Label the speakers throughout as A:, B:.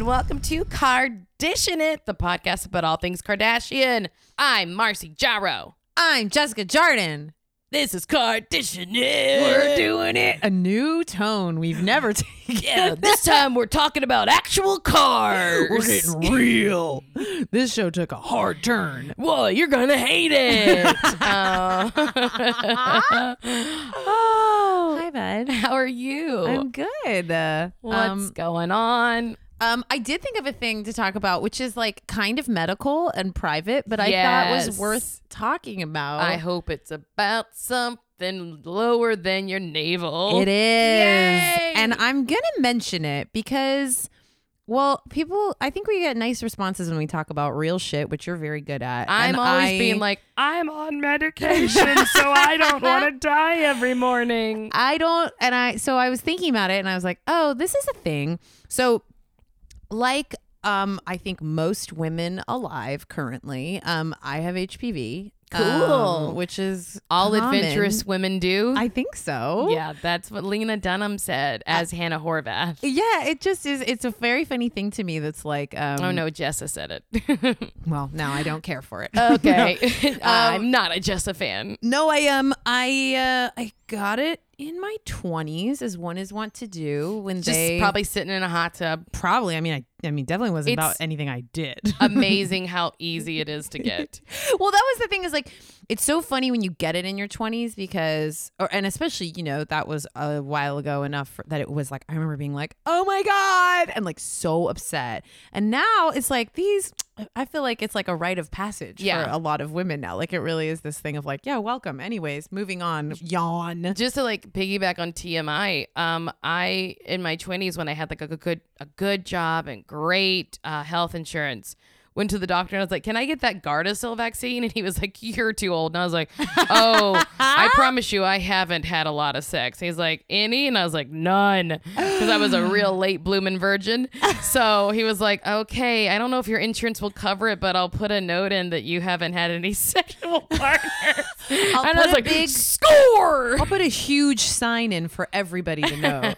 A: welcome to Kardashian It, the podcast about all things Kardashian. I'm Marcy Jarro.
B: I'm Jessica Jardin.
A: This is Kardashian It.
B: We're doing it. A new tone we've never taken.
A: Yeah, this time we're talking about actual cars.
B: real. This show took a hard turn.
A: Whoa, you're gonna hate it. Uh, oh,
B: Hi, bud.
A: how are you?
B: I'm good. Uh,
A: What's
B: um,
A: going on?
B: um, I did think of a thing to talk about, which is like kind of medical and private, but I thought
A: Yes.
B: was worth talking about.
A: I hope it's about something lower than your navel.
B: It is.
A: Yay!
B: And I'm going to mention it because, well, people, I think we get nice responses when we talk about real shit, which you're very good at.
A: I'm
B: And
A: always
B: I-
A: being like, I'm on medication, so I don't want to die every morning.
B: I don't, and I, so I was thinking about it and I was like, oh, this is a thing. So, like, um, I think most women alive currently, um, I have HPV. um,
A: Cool.
B: which is
A: All
B: common.
A: adventurous women do.
B: I think so.
A: yeah, that's what Lena Dunham said as Hannah Horvath.
B: Yeah, it just is. It's a very funny thing to me that's like, um,
A: Oh no, Jessa said it.
B: Well, now I don't care for it.
A: okay, Um, I'm not a Jessa fan.
B: No, I um, I uh, I got it in my twenties, as one is wont to do when
A: Just
B: they
A: probably sitting in a hot tub.
B: probably. I mean, I I mean, definitely wasn't
A: It's-
B: about anything I did.
A: Amazing how easy it is to get.
B: well, that was the thing is like, it's so funny when you get it in your twenties because, or and especially you know that was a while ago enough for, that it was like I remember being like, oh my god, and like so upset. And now it's like these. I feel like it's like a rite of passage for
A: Yeah.
B: a lot of women now. Like it really is this thing of like, yeah, welcome. Anyways, moving on. Yawn.
A: Just to like piggyback on TMI, um, I in my twenties when I had like a good a good job and great uh, health insurance, went to the doctor and I was like, "Can I get that Gardasil vaccine?" And he was like, "You're too old." And I was like, "Oh, I promise you, I haven't had a lot of sex." He's like, "Any?" And I was like, "None," because I was a real late blooming virgin. So he was like, "Okay, I don't know if your insurance will cover it, but I'll put a note in that you haven't had any sexual partners."
B: I'll
A: and
B: put
A: I was
B: a
A: like,
B: big-
A: "Score!"
B: I'll put a huge sign in for everybody to know.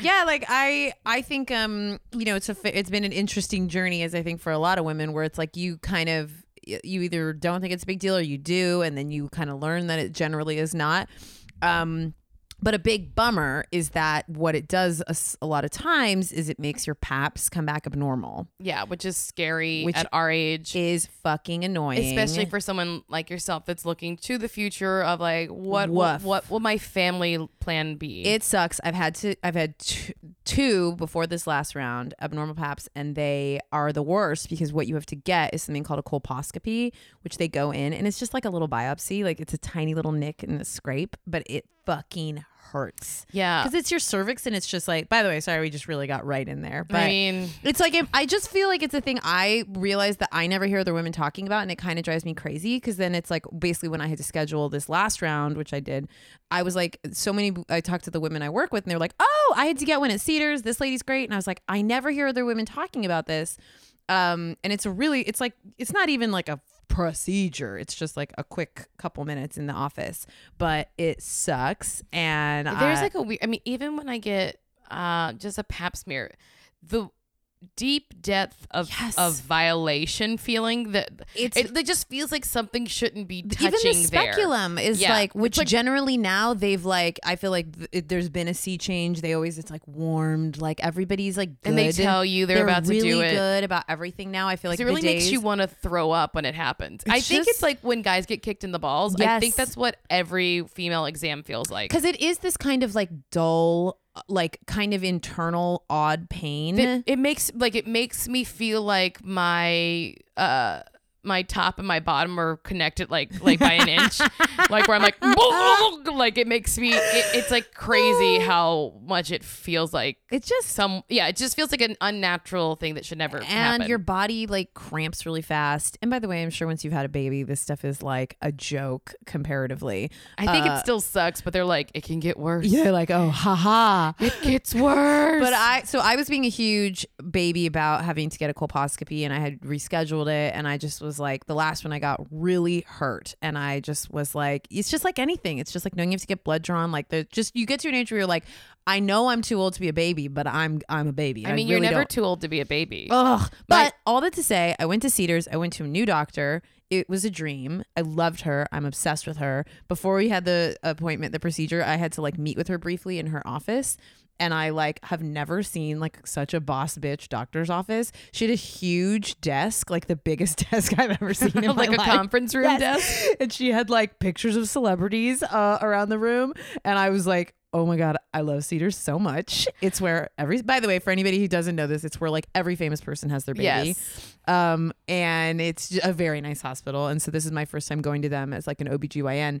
B: yeah, like I I think um you know it's a fa- it's been an interesting journey as I think for a lot of women where it's like you kind of you either don't think it's a big deal or you do and then you kind of learn that it generally is not. Um but a big bummer is that what it does a, s- a lot of times is it makes your paps come back abnormal.
A: Yeah, which is scary
B: Which
A: at our age,
B: Is fucking annoying.
A: especially for someone like yourself that's looking to the future of like what what,
B: Woof.
A: what will my family plan be?
B: It sucks. I've had to. I've had t- two before this last round abnormal paps, and they are the worst because what you have to get is something called a colposcopy, which they go in, and it's just like a little biopsy. Like it's a tiny little nick in the scrape, but it fucking hurts
A: yeah,
B: because it's your cervix, and it's just like. By the way, sorry, we just really got right in there, but.
A: I mean,
B: It's like if, I just feel like it's a thing I realize that I never hear other women talking about, and it kind of drives me crazy. Because then it's like basically when I had to schedule this last round, which I did, I was like, so many. I talked to the women I work with, and they were like, "Oh, I had to get one at Cedars. This lady's great," and I was like, I never hear other women talking about this. Um, and it's a really, it's like, it's not even like a procedure. It's just like a quick couple minutes in the office, but it sucks. And
A: there's
B: I-
A: like a weird. I mean, even when I get uh just a pap smear, the deep depth of
B: Yes.
A: of violation feeling that
B: It's-
A: it, it just feels like something shouldn't be touching
B: even the
A: there.
B: speculum is
A: Yeah.
B: like
A: It's
B: which
A: like-
B: generally now they've like i feel like th- it- there's been a sea change they always it's like warmed like everybody's like good.
A: And they tell you they're about to do
B: really
A: it.
B: good about everything now i feel like
A: it really
B: the
A: makes you
B: days-
A: want to throw up when it happens. I
B: It's
A: think it's
B: just-
A: like when guys get kicked in the balls. I think
B: Yes.
A: that's what every female exam feels like.
B: because it is this kind of like dull like kind of internal odd pain
A: it, it makes like it makes me feel like my uh my top and my bottom are connected like like by an inch like where i'm like like it makes me it, it's like crazy how much it feels like
B: it just
A: some yeah it just feels like an unnatural thing that should never
B: and
A: happen
B: your body like cramps really fast and by the way i'm sure once you've had a baby this stuff is like a joke comparatively
A: i think
B: Uh,
A: it still sucks but they're like it can get worse
B: yeah like oh haha
A: it gets worse
B: But I so I was being a huge baby about having to get a colposcopy and I had rescheduled it and I just was was like the last one I got really hurt, and I just was like, it's just like anything. It's just like knowing you have to get blood drawn. Like there's just you get to an age where you're like, I know I'm too old to be a baby, but I'm I'm a baby.
A: I mean,
B: really
A: you're never
B: don't-
A: too old to be a baby.
B: Ugh.
A: My-
B: But all that to say, I went to Cedars. I went to a new doctor. It was a dream. I loved her. I'm obsessed with her. Before we had the appointment, the procedure, I had to like meet with her briefly in her office. And I like have never seen like such a boss bitch doctor's office. She had a huge desk, like the biggest desk I've ever seen in
A: like
B: my
A: a
B: life.
A: conference room
B: Yes.
A: desk.
B: And she had like pictures of celebrities uh, around the room. And I was like, oh my God, I love Cedars so much. It's where every, by the way, for anybody who doesn't know this, it's where like every famous person has their baby.
A: Yes.
B: Um, and it's j- a very nice hospital. And so this is my first time going to them as like an OBGYN.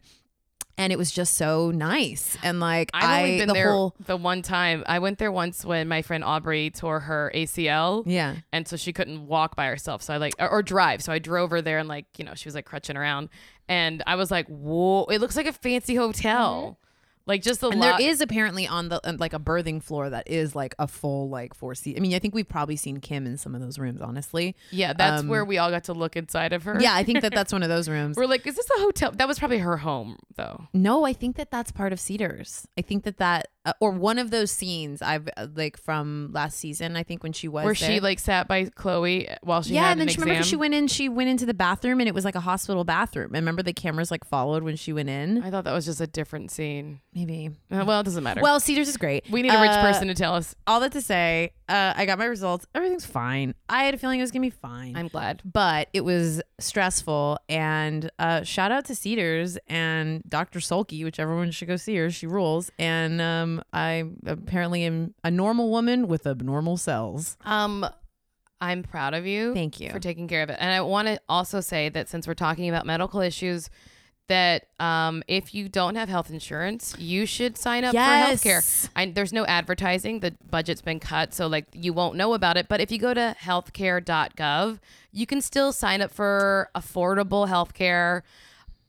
B: And it was just so nice. And like,
A: I've
B: I,
A: only been
B: the
A: there
B: whole,
A: the one time. I went there once when my friend Aubrey tore her ACL.
B: yeah.
A: and so she couldn't walk by herself. So I like or, or drive. So I drove her there, and like you know she was like crutching around, and I was like, whoa, it looks like a fancy hotel, like just a
B: Mm-hmm. And
A: lot.
B: there is apparently on the um, like a birthing floor that is like a full like four seat. I mean, I think we've probably seen Kim in some of those rooms, honestly.
A: yeah, that's
B: um,
A: where we all got to look inside of her.
B: Yeah, I think that that's one of those rooms.
A: we're like, is this a hotel? That was probably her home though.
B: No, I think that that's part of Cedars. I think that that uh, or one of those scenes I've uh, like from last season. I think when she was
A: Where
B: there.
A: she like sat by Chloe while she
B: yeah,
A: had
B: and then
A: an
B: she remember
A: exam.
B: she went in. She went into the bathroom and it was like a hospital bathroom. And remember the cameras like followed when she went in.
A: I thought that was just a different scene.
B: Maybe.
A: Uh, well, it doesn't matter.
B: Well, Cedars is great.
A: we need a rich
B: Uh,
A: person to tell us.
B: All that to say, uh, I got my results. Everything's fine. I had a feeling it was gonna be fine.
A: I'm glad.
B: but it was stressful. And uh, shout out to Cedars and Dr. Sulky, which everyone should go see her. She rules. And um, I apparently am a normal woman with abnormal cells.
A: Um, I'm proud of you.
B: Thank you.
A: for taking care of it. And I want to also say that since we're talking about medical issues, that um, if you don't have health insurance, you should sign up
B: Yes.
A: for healthcare. I, there's no advertising. The budget's been cut, so like you won't know about it. But if you go to healthcare.gov, you can still sign up for affordable healthcare.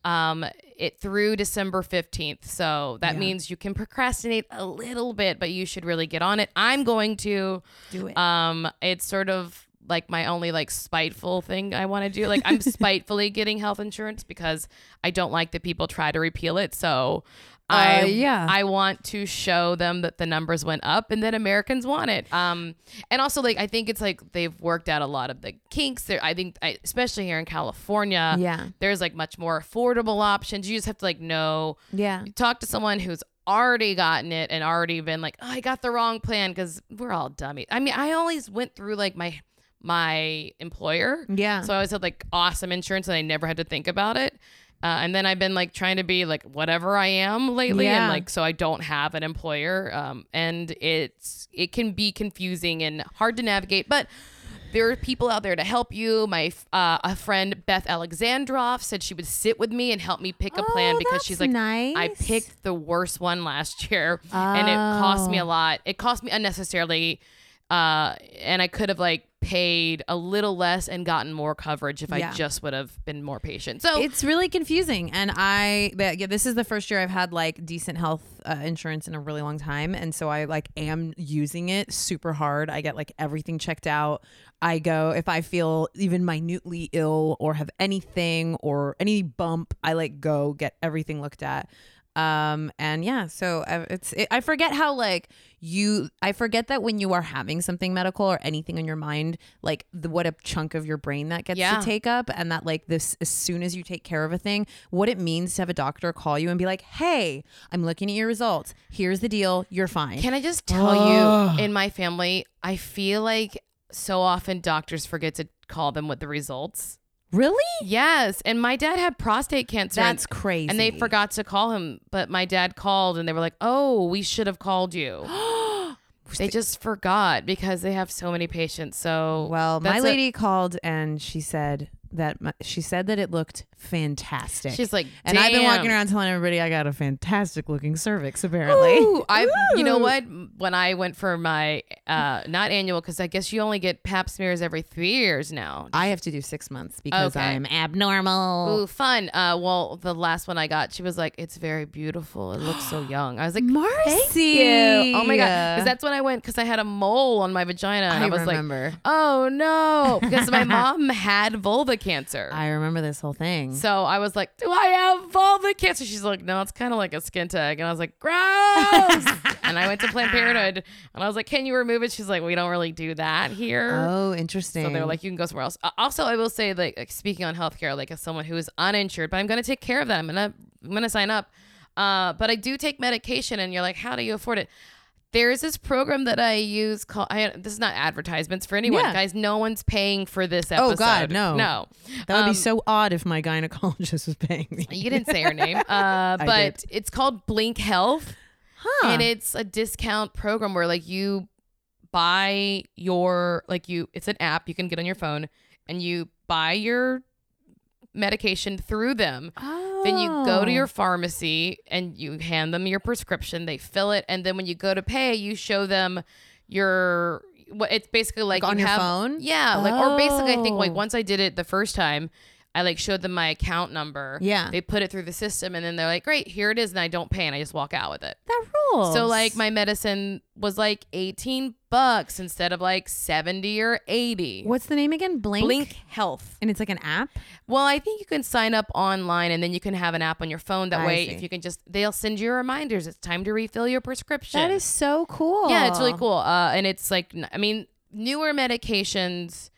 A: Um, it through December 15th. So that
B: Yeah.
A: means you can procrastinate a little bit, but you should really get on it. I'm going to
B: Do it.
A: um it's sort of like my only like spiteful thing I want to do. Like I'm spitefully getting health insurance because I don't like that people try to repeal it. So I
B: Uh, yeah.
A: I want to show them that the numbers went up and that Americans want it. Um and also like I think it's like they've worked out a lot of the kinks there. I think I, especially here in California,
B: Yeah.
A: there's like much more affordable options. You just have to like know
B: yeah.
A: talk to someone who's already gotten it and already been like, oh, I got the wrong plan because we're all dummies. I mean, I always went through like my my employer,
B: Yeah.
A: so I always had like awesome insurance and I never had to think about it. Uh, and then I've been like trying to be like whatever I am lately,
B: Yeah.
A: and like so I don't have an employer, um, and it's it can be confusing and hard to navigate, but. There are people out there to help you. My f- uh, a friend Beth Alexandrov said she would sit with me and help me pick a plan
B: Oh,
A: because she's
B: that's
A: like,
B: nice.
A: I picked picked the worst one last year and it cost
B: Oh.
A: me a lot it cost me unnecessarily uh and i could have like paid a little less and gotten more coverage if
B: Yeah.
A: i just would have been more patient so
B: It's really confusing, and I but yeah, this is the first year I've had like decent health uh, insurance in a really long time, and so I like am using it super hard. I get like everything checked out. I go if I feel even minutely ill or have anything or any bump, I like go get everything looked at. Um and yeah, so uh, it's it, I forget how like you I forget that when you are having something medical or anything on your mind, like the, what a chunk of your brain that gets
A: Yeah.
B: to take take up and that like this as soon as you take care of a thing what it means to have a doctor call you and be like hey i'm looking at your results here's the deal you're fine
A: can i just tell
B: Ugh.
A: you in my family i feel like so often doctors forget to call them with the results
B: really
A: yes and my dad had prostate cancer and-
B: that's crazy
A: and they forgot to call him but my dad called and they were like oh we should have called you they just forgot because they have so many patients so
B: well my
A: that's a-
B: lady called and she said that my, she said that it looked fantastic
A: She's like,
B: and i've been walking
A: "Damn."
B: around telling everybody i got a fantastic looking cervix apparently
A: Ooh, I you know what? When I went for my uh not annual because I guess you only get pap smears every three years now.
B: i have to do six months because
A: Okay.
B: i'm abnormal
A: Ooh, fun. Uh well the last one I got, she was like, It's very beautiful. It looks so young. I was like,
B: Marcy.
A: Thank you. Oh my god. Because that's when I went because I had a mole on my vagina. And
B: I
A: I, was
B: remember.
A: like, Oh no. Because my mom had vulva cancer.
B: I remember this whole thing.
A: so I was like, "Do I have vulva cancer?" She's like, "No, it's kind of like a skin tag." And I was like, "Gross!" and I went to Planned Parenthood, and I was like, "Can you remove it?" She's like, "We don't really do that here."
B: oh, interesting.
A: So they were like, you can go somewhere else. Uh, Also, I will say, like, like, speaking on healthcare, like as someone who is uninsured, but I'm going to take care of that. I'm going to, I'm going to sign up. Uh, but I do take medication, and you're like, how do you afford it? There is this program that I use called. I, this is not advertisements for anyone,
B: Yeah. Oh,
A: guys. No one's paying for this episode.
B: God, no.
A: no.
B: that would
A: um,
B: be so odd if my gynecologist was paying me.
A: You didn't say her name, uh, but
B: did.
A: it's called Blink Health,
B: Huh.
A: and it's a discount program where like you buy your like you. It's an app you can get on your phone, and you buy your medication through them. Then you go to
B: Oh.
A: your pharmacy and you hand them your prescription. They fill it, and then when you go to pay, you show them your. What it's basically like,
B: Like on
A: you
B: your
A: have-
B: phone?
A: Yeah, like or basically, I think like
B: Oh.
A: once I did it the first time, I like showed them my account number.
B: Yeah.
A: they put it through the system, and then they're like, "Great, here it is," and I don't pay, and I just walk out with it.
B: Oh, that rules.
A: So like my medicine was like eighteen bucks instead of like seventy or eighty.
B: what's the name again? Blink.
A: Blink Health.
B: And it's like an app.
A: Well, I think you can sign up online and then you can have an app on your phone. That
B: I
A: way,
B: see.
A: if you can just, they'll send you reminders. It's time to refill your prescription.
B: That is so cool.
A: yeah, it's really cool. Uh, and it's like, n- I mean, newer medications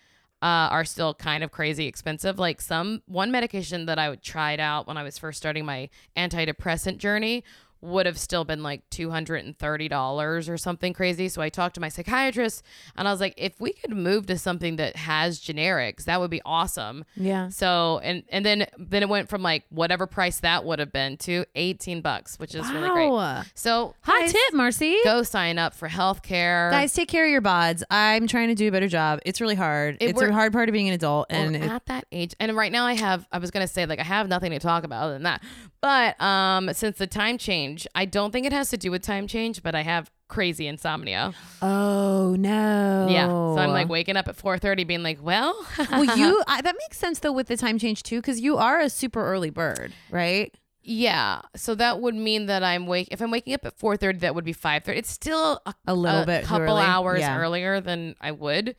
A: uh, are still kind of crazy expensive. Like some, one medication that I would tried out when I was first starting my antidepressant journey would have still been like $230 or something crazy. So I talked to my psychiatrist and I was like, if we could move to something that has generics, that would be awesome.
B: Yeah.
A: So and and then then it went from like whatever price that would have been to 18 bucks, which is really great.
B: Wow.
A: So
B: Hot
A: guys,
B: tip, Marcy.
A: Go sign up for healthcare.
B: Guys, take care of your bods. I'm trying to do a better job. It's really hard.
A: It
B: it's
A: wor- uh,
B: a hard part of being an adult,
A: We're
B: and it-
A: oh, at that age, and right now I have. I was gonna say like I have nothing to talk about other than that, but um, since the time change, I don't think it has to do with time change, but I have crazy insomnia.
B: oh no,
A: Yeah, so I'm like waking up at 4:30, being like, Oh. well,
B: well, you I, that makes sense though with the time change too, because you are a super early bird, right?
A: yeah. So that would mean that I'm wake. If I'm waking up at 4:30, that would be 5:30. It's still a
B: A little bit, too
A: couple
B: early.
A: hours
B: Yeah.
A: earlier than I would.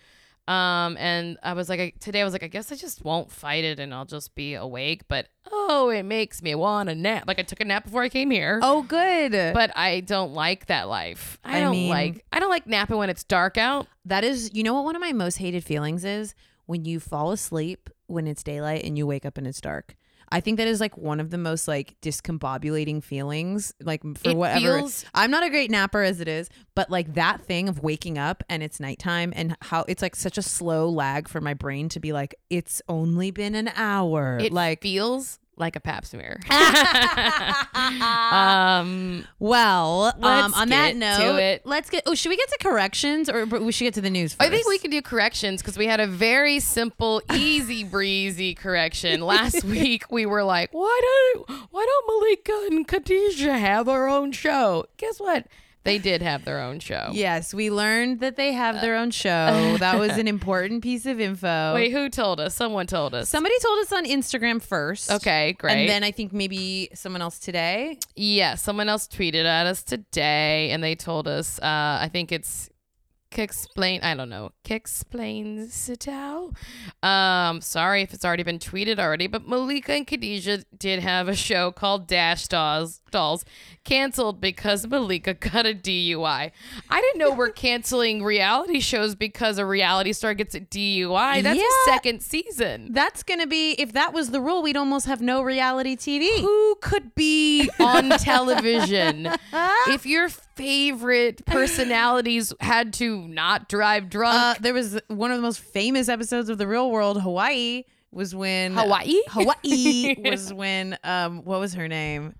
A: Um, and I was like, I, today I was like, I guess I just won't fight it and I'll just be awake. But oh, it makes me want a nap. Like I took a nap before I came here.
B: Oh, good. But
A: But I don't like that life. I,
B: I
A: don't
B: mean-
A: like. I don't like napping when it's dark out.
B: that is, you know what? One of my most hated feelings is when you fall asleep when it's daylight and you wake up and it's dark. I think that is like one of the most like discombobulating feelings, like for
A: It
B: whatever.
A: feels-
B: I'm not a great napper as it is, but like that thing of waking up and it's nighttime and how it's like such a slow lag for my brain to be like, it's only been an hour.
A: It
B: like,
A: feels like a pap smear. um,
B: well, um,
A: Let's
B: on that
A: get
B: note,
A: to it.
B: let's get. Oh, should we get to corrections or but we should get to the news first?
A: I think we can do corrections because we had a very simple, easy breezy correction last week. We were like, "Why don't Why don't Malika and Khadijah have their own show?" Guess what? They did have their own show.
B: Yes, we learned that they
A: Uh.
B: have their own show. That was an important piece of info.
A: Wait, who told us? Someone told us.
B: Somebody told us on Instagram first.
A: okay, great.
B: And then I think maybe someone else today.
A: yeah, someone else tweeted at us today, and they told us. Uh, I think it's Kixplain. I don't know. Kixplains it out. Um, sorry if it's already been tweeted already, but Malika and Khadijah did have a show called Dash Dolls. Dolls canceled because Malika got a DUI. I didn't know we're canceling reality shows because a reality star gets a DUI. That's a
B: Yeah.
A: second season.
B: That's going to be, if that was the rule, we'd almost have no reality TV.
A: who could be on television if your favorite personalities had to not drive
B: Uh,
A: drunk?
B: there was one of the most famous episodes of The Real World, Hawaii, was when. uh,
A: Hawaii?
B: Hawaii was when, um, what was her name?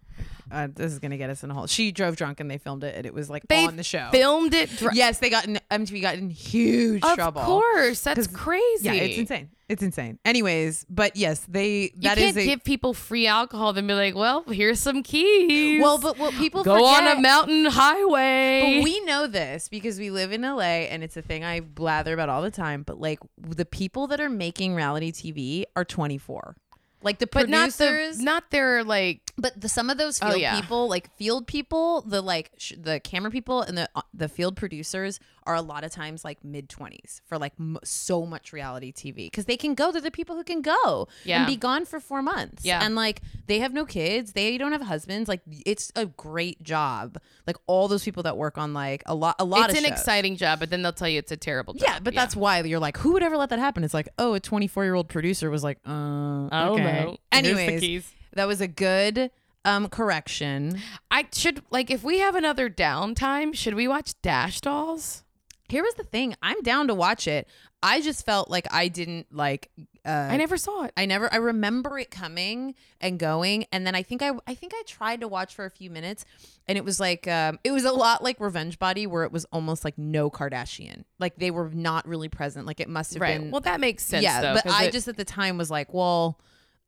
B: Uh, this is going to get us in a hole. She drove drunk and they filmed it and it was like
A: they
B: on the show.
A: filmed it. Dr-
B: yes, they got in, MTV got in huge
A: of
B: trouble.
A: course, that's
B: 'Cause-
A: crazy.
B: Yeah, it's insane. It's insane. Anyways, but yes, they
A: You
B: that is
A: can't give people free alcohol, then be like, "Well, here's some keys."
B: a well, but what people
A: go on
B: forget-
A: a mountain
B: But
A: highway.
B: we know this because we live in LA and it's a thing I blather about all the time. But like the people that are making reality TV are 24. Like the
A: but not
B: producers,
A: the not their like
B: but the, some of those
A: Oh,
B: field
A: yeah.
B: people, like field people, the like sh- the camera people and the uh, the field producers are a lot of times like mid twenties for like m- so much reality TV because they can go. They're the people who can go
A: Yeah.
B: and be gone for four months.
A: Yeah.
B: and like they have no kids, they don't have husbands. Like it's a great job. Like all those people that work on like a lot, a lot
A: it's
B: of
A: an
B: shows.
A: exciting job, but then they'll tell you it's a terrible job.
B: Yeah, but that's why you're like, who would ever let that happen? It's like, oh, a 24 year old producer was like, uh,
A: I don't
B: okay.
A: know. Oh, Here's the
B: Anyways,
A: keys.
B: that was a good um correction.
A: I should like if we have another downtime, should we watch Dash Dolls?
B: Here was the thing: I'm down to watch it. I just felt like I didn't like. Uh,
A: I never saw it.
B: I never. I remember it coming and going, and then I think I. I think I tried to watch for a few minutes, and it was like um, it was a lot like Revenge Body, where it was almost like no Kardashian. Like they were not really present. Like it must have
A: Right.
B: been.
A: well, that makes sense.
B: yeah,
A: though,
B: but
A: 'cause
B: I
A: it-
B: just at the time was like, well.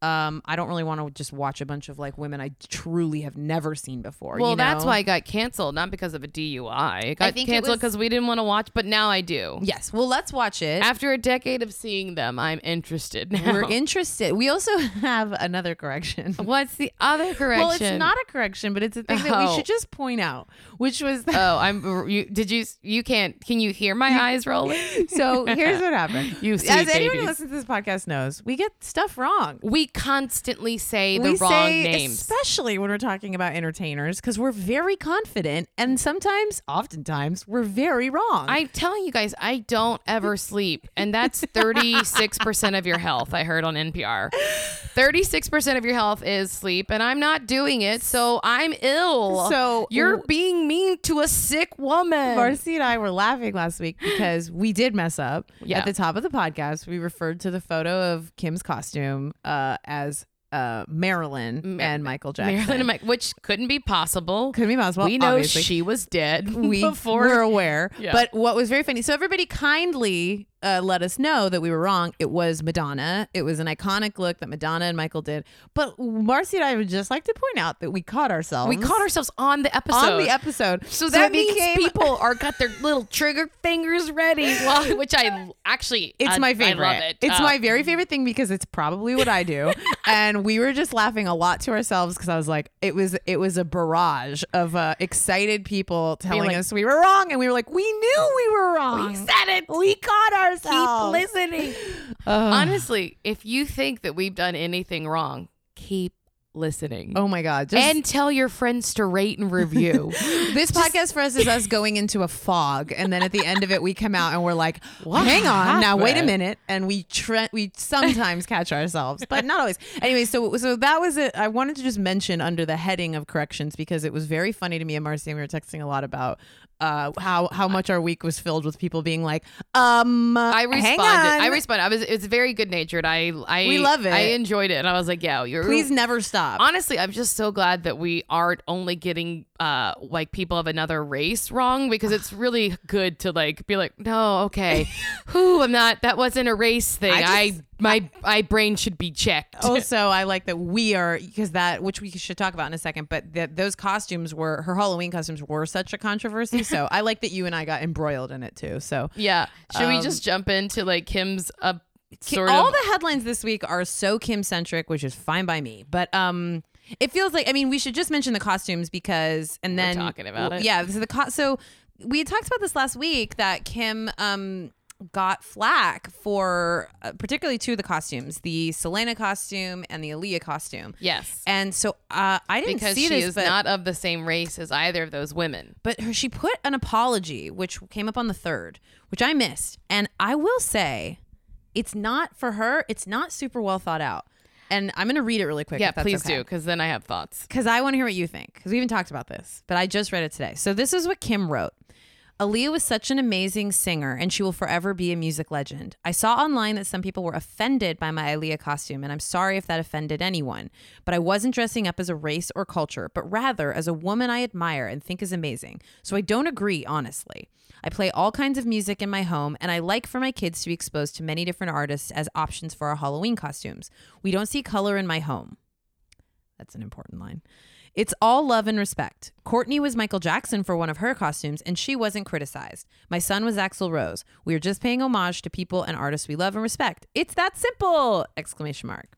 B: Um, I don't really want to just watch a bunch of like women I truly have never seen before.
A: well,
B: you
A: that's
B: know?
A: why I got canceled, not because of a DUI. It got
B: think it
A: canceled
B: was-
A: because we didn't want to watch, but now I do.
B: Yes. Well, let's watch it.
A: After a decade of seeing them, I'm interested now.
B: We're interested. We also have another correction.
A: What's the other correction?
B: Well, it's not a correction, but it's a thing that we
A: Oh.
B: should just point out, which was that.
A: Oh, I'm. You, did you? You can't. Can you hear my eyes rolling?
B: So here's what happened.
A: You sweet
B: As anyone
A: babies.
B: who listens to this podcast knows, we get stuff wrong.
A: We constantly say the
B: we
A: wrong
B: say,
A: names.
B: especially when we're talking about entertainers, because we're very confident, and sometimes, oftentimes, we're very wrong.
A: I'm telling you guys, I don't ever sleep. And that's 36% of your health, I heard on NPR. 36% of your health is sleep, and I'm not doing it. So I'm ill.
B: So-
A: you're being mean to a sick woman.
B: Marcy and I were laughing last week because we did mess up
A: Yeah.
B: at the top of the podcast. We referred to the photo of Kim's costume uh, as uh, Marilyn and Michael Jackson.
A: Marilyn and Mike, which couldn't be possible.
B: Couldn't be possible.
A: we know
B: obviously.
A: she was dead
B: we
A: before.
B: were aware.
A: Yeah.
B: But what was very funny, so everybody kindly uh, let us know that we were wrong. It was Madonna. It was an iconic look that Madonna and Michael did. But Marcy and I would just like to point out that we caught ourselves.
A: we caught ourselves on the episode.
B: on the episode.
A: So that
B: it
A: means
B: became-
A: people are got their little trigger fingers ready, while- which I actually uh,
B: It's
A: I-
B: my favorite.
A: I love it.
B: It's
A: Uh,
B: my very favorite thing because it's probably what I do. and we were just laughing a lot to ourselves because I was like, it was it was a barrage of uh, excited people telling
A: like-
B: us we were wrong, and we were like, we knew we were wrong.
A: We said it.
B: We caught ourselves.
A: Keep listening.
B: Oh.
A: Honestly, if you think that we've done anything wrong, keep listening.
B: Oh my god! Just,
A: and tell your friends to rate and review.
B: this podcast for us is us going into a fog, and then at the end of it, we come out and we're like,
A: What
B: "Hang on, now wait a
A: happened?"
B: minute." And we tre- we sometimes catch ourselves, but not always. Anyway, so so that was it. I wanted to just mention under the heading of corrections because it was very funny to me and Marcy, and we were texting a lot about uh, how how much our week was filled with people being like, "Um,
A: I
B: hang
A: responded.
B: on.
A: I responded. I was. It's very good natured. I. I.
B: We love it.
A: I enjoyed it, and I was like, "Yeah, you're."
B: Please never stop."
A: Honestly, I'm just so glad that we aren't only getting uh like people of another race wrong because it's really good to like be like, no, okay, who I'm not. That wasn't a race thing. I,
B: I Oh, just-
A: my my brain should be checked.
B: also i like that we are because that which we should talk about in a second but that those costumes were her halloween costumes were such a controversy so i like that you and i got embroiled in it too so
A: Yeah. Should we
B: Um,
A: just jump into like Kim's uh,
B: Ki-
A: sort
B: all
A: of
B: the headlines this week are so kim centric which is fine by me but um it feels like i mean we should just mention the costumes because and then
A: talking about
B: well,
A: it.
B: yeah so the co- so we had talked about this last week that kim um got flack for uh, particularly two of the costumes the selena costume and the aaliyah costume
A: yes,
B: And so uh, I didn't
A: because
B: see
A: she
B: this,
A: is
B: but,
A: not of the same race as either of those women.
B: but her, she put an apology, which came up on the third, which I missed. And I will say, it's not for her. It's not super well thought out. And I'm going to read it really quick.
A: Yeah,
B: if that's
A: please
B: okay.
A: do, because then I have thoughts.
B: because I want to hear what you think. Because we haven't talked about this, but I just read it today. So this is what Kim wrote. Aaliyah was such an amazing singer, and she will forever be a music legend. I saw online that some people were offended by my Aaliyah costume, and I'm sorry if that offended anyone. But I wasn't dressing up as a race or culture, but rather as a woman I admire and think is amazing. So I don't agree, honestly. I play all kinds of music in my home, and I like for my kids to be exposed to many different artists as options for our Halloween costumes. We don't see color in my home. That's an important line. It's all love and respect. Courtney was Michael Jackson for one of her costumes, and she wasn't criticized. My son was Axl Rose. We are just paying homage to people and artists we love and respect. It's that simple! Exclamation mark.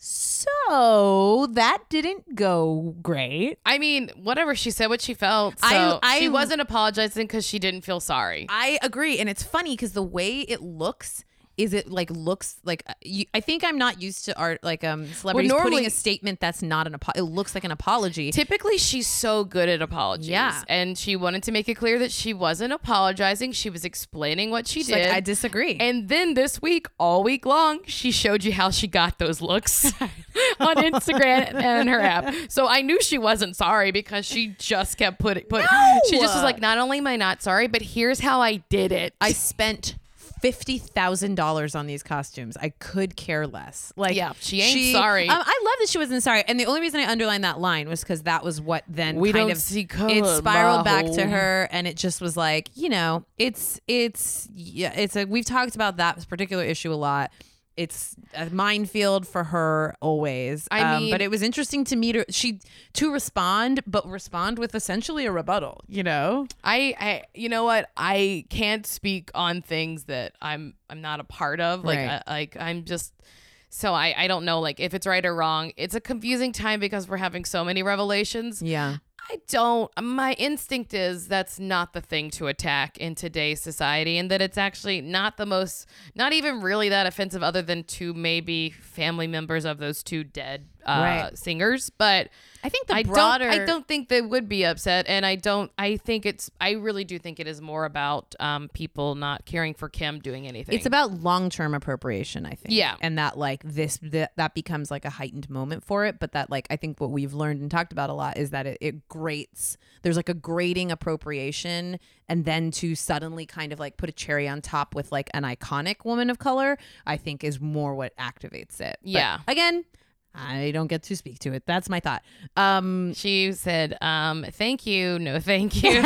C: so that didn't go great.
A: I mean, whatever she said, what she felt. So
B: I-
A: she
B: I-
A: wasn't apologizing because she didn't feel sorry.
B: I agree, and it's funny because the way it looks is it like looks like uh, you, I think I'm not used to art like um celebrities putting
A: normally-
B: a statement that's not an apo- it looks like an apology.
A: Typically, she's so good at apologies.
B: Yeah.
A: and she wanted to make it clear that she wasn't apologizing. She was explaining what she
B: She's
A: did.
B: like I disagree.
A: And then this week, all week long, she showed you how she got those looks on Instagram and her app. So I knew she wasn't sorry because she just kept putting put. She just was like, not only am I not sorry, but here's how I did it.
B: I spent fifty thousand dollars on these costumes. I could care less. Like,
A: Yeah, she ain't sorry.
B: Um, I love that she wasn't sorry, and the only reason I underlined that line was because that was what then
A: We
B: kind
A: don't
B: of
A: see color,
B: it spiraled back to
A: Maho.
B: her, and it just was like, you know, it's it's yeah, it's a we've talked about that particular issue a lot. It's a minefield for her always. Um,
A: I mean-
B: but it was interesting to meet her. She to respond, but respond with essentially a rebuttal. You know,
A: I, I you know what I can't speak on things that I'm I'm not a part of like
B: Right.
A: I, like I'm just so I I don't know like if it's right or wrong it's a confusing time because we're having so many revelations
B: yeah.
A: I don't my instinct is that's not the thing to attack in today's society and that it's actually not the most not even really that offensive other than to maybe family members of those two dead uh,
B: Right.
A: singers but
B: I think the
A: I
B: broader
A: Don't, I don't think they would be upset, and I don't. I think it's. I really do think it is more about um, people not caring for Kim doing anything.
B: It's about long term appropriation, I think.
A: Yeah.
B: and that like this th- that becomes like a heightened moment for it. But that like I think what we've learned and talked about a lot is that it, it grates. There's like a grating appropriation, and then to suddenly kind of like put a cherry on top with like an iconic woman of color, I think is more what activates it. But
A: Yeah.
B: again. I don't get to speak to it. That's my thought. Um,
A: she said, um, "Thank you, no, thank you."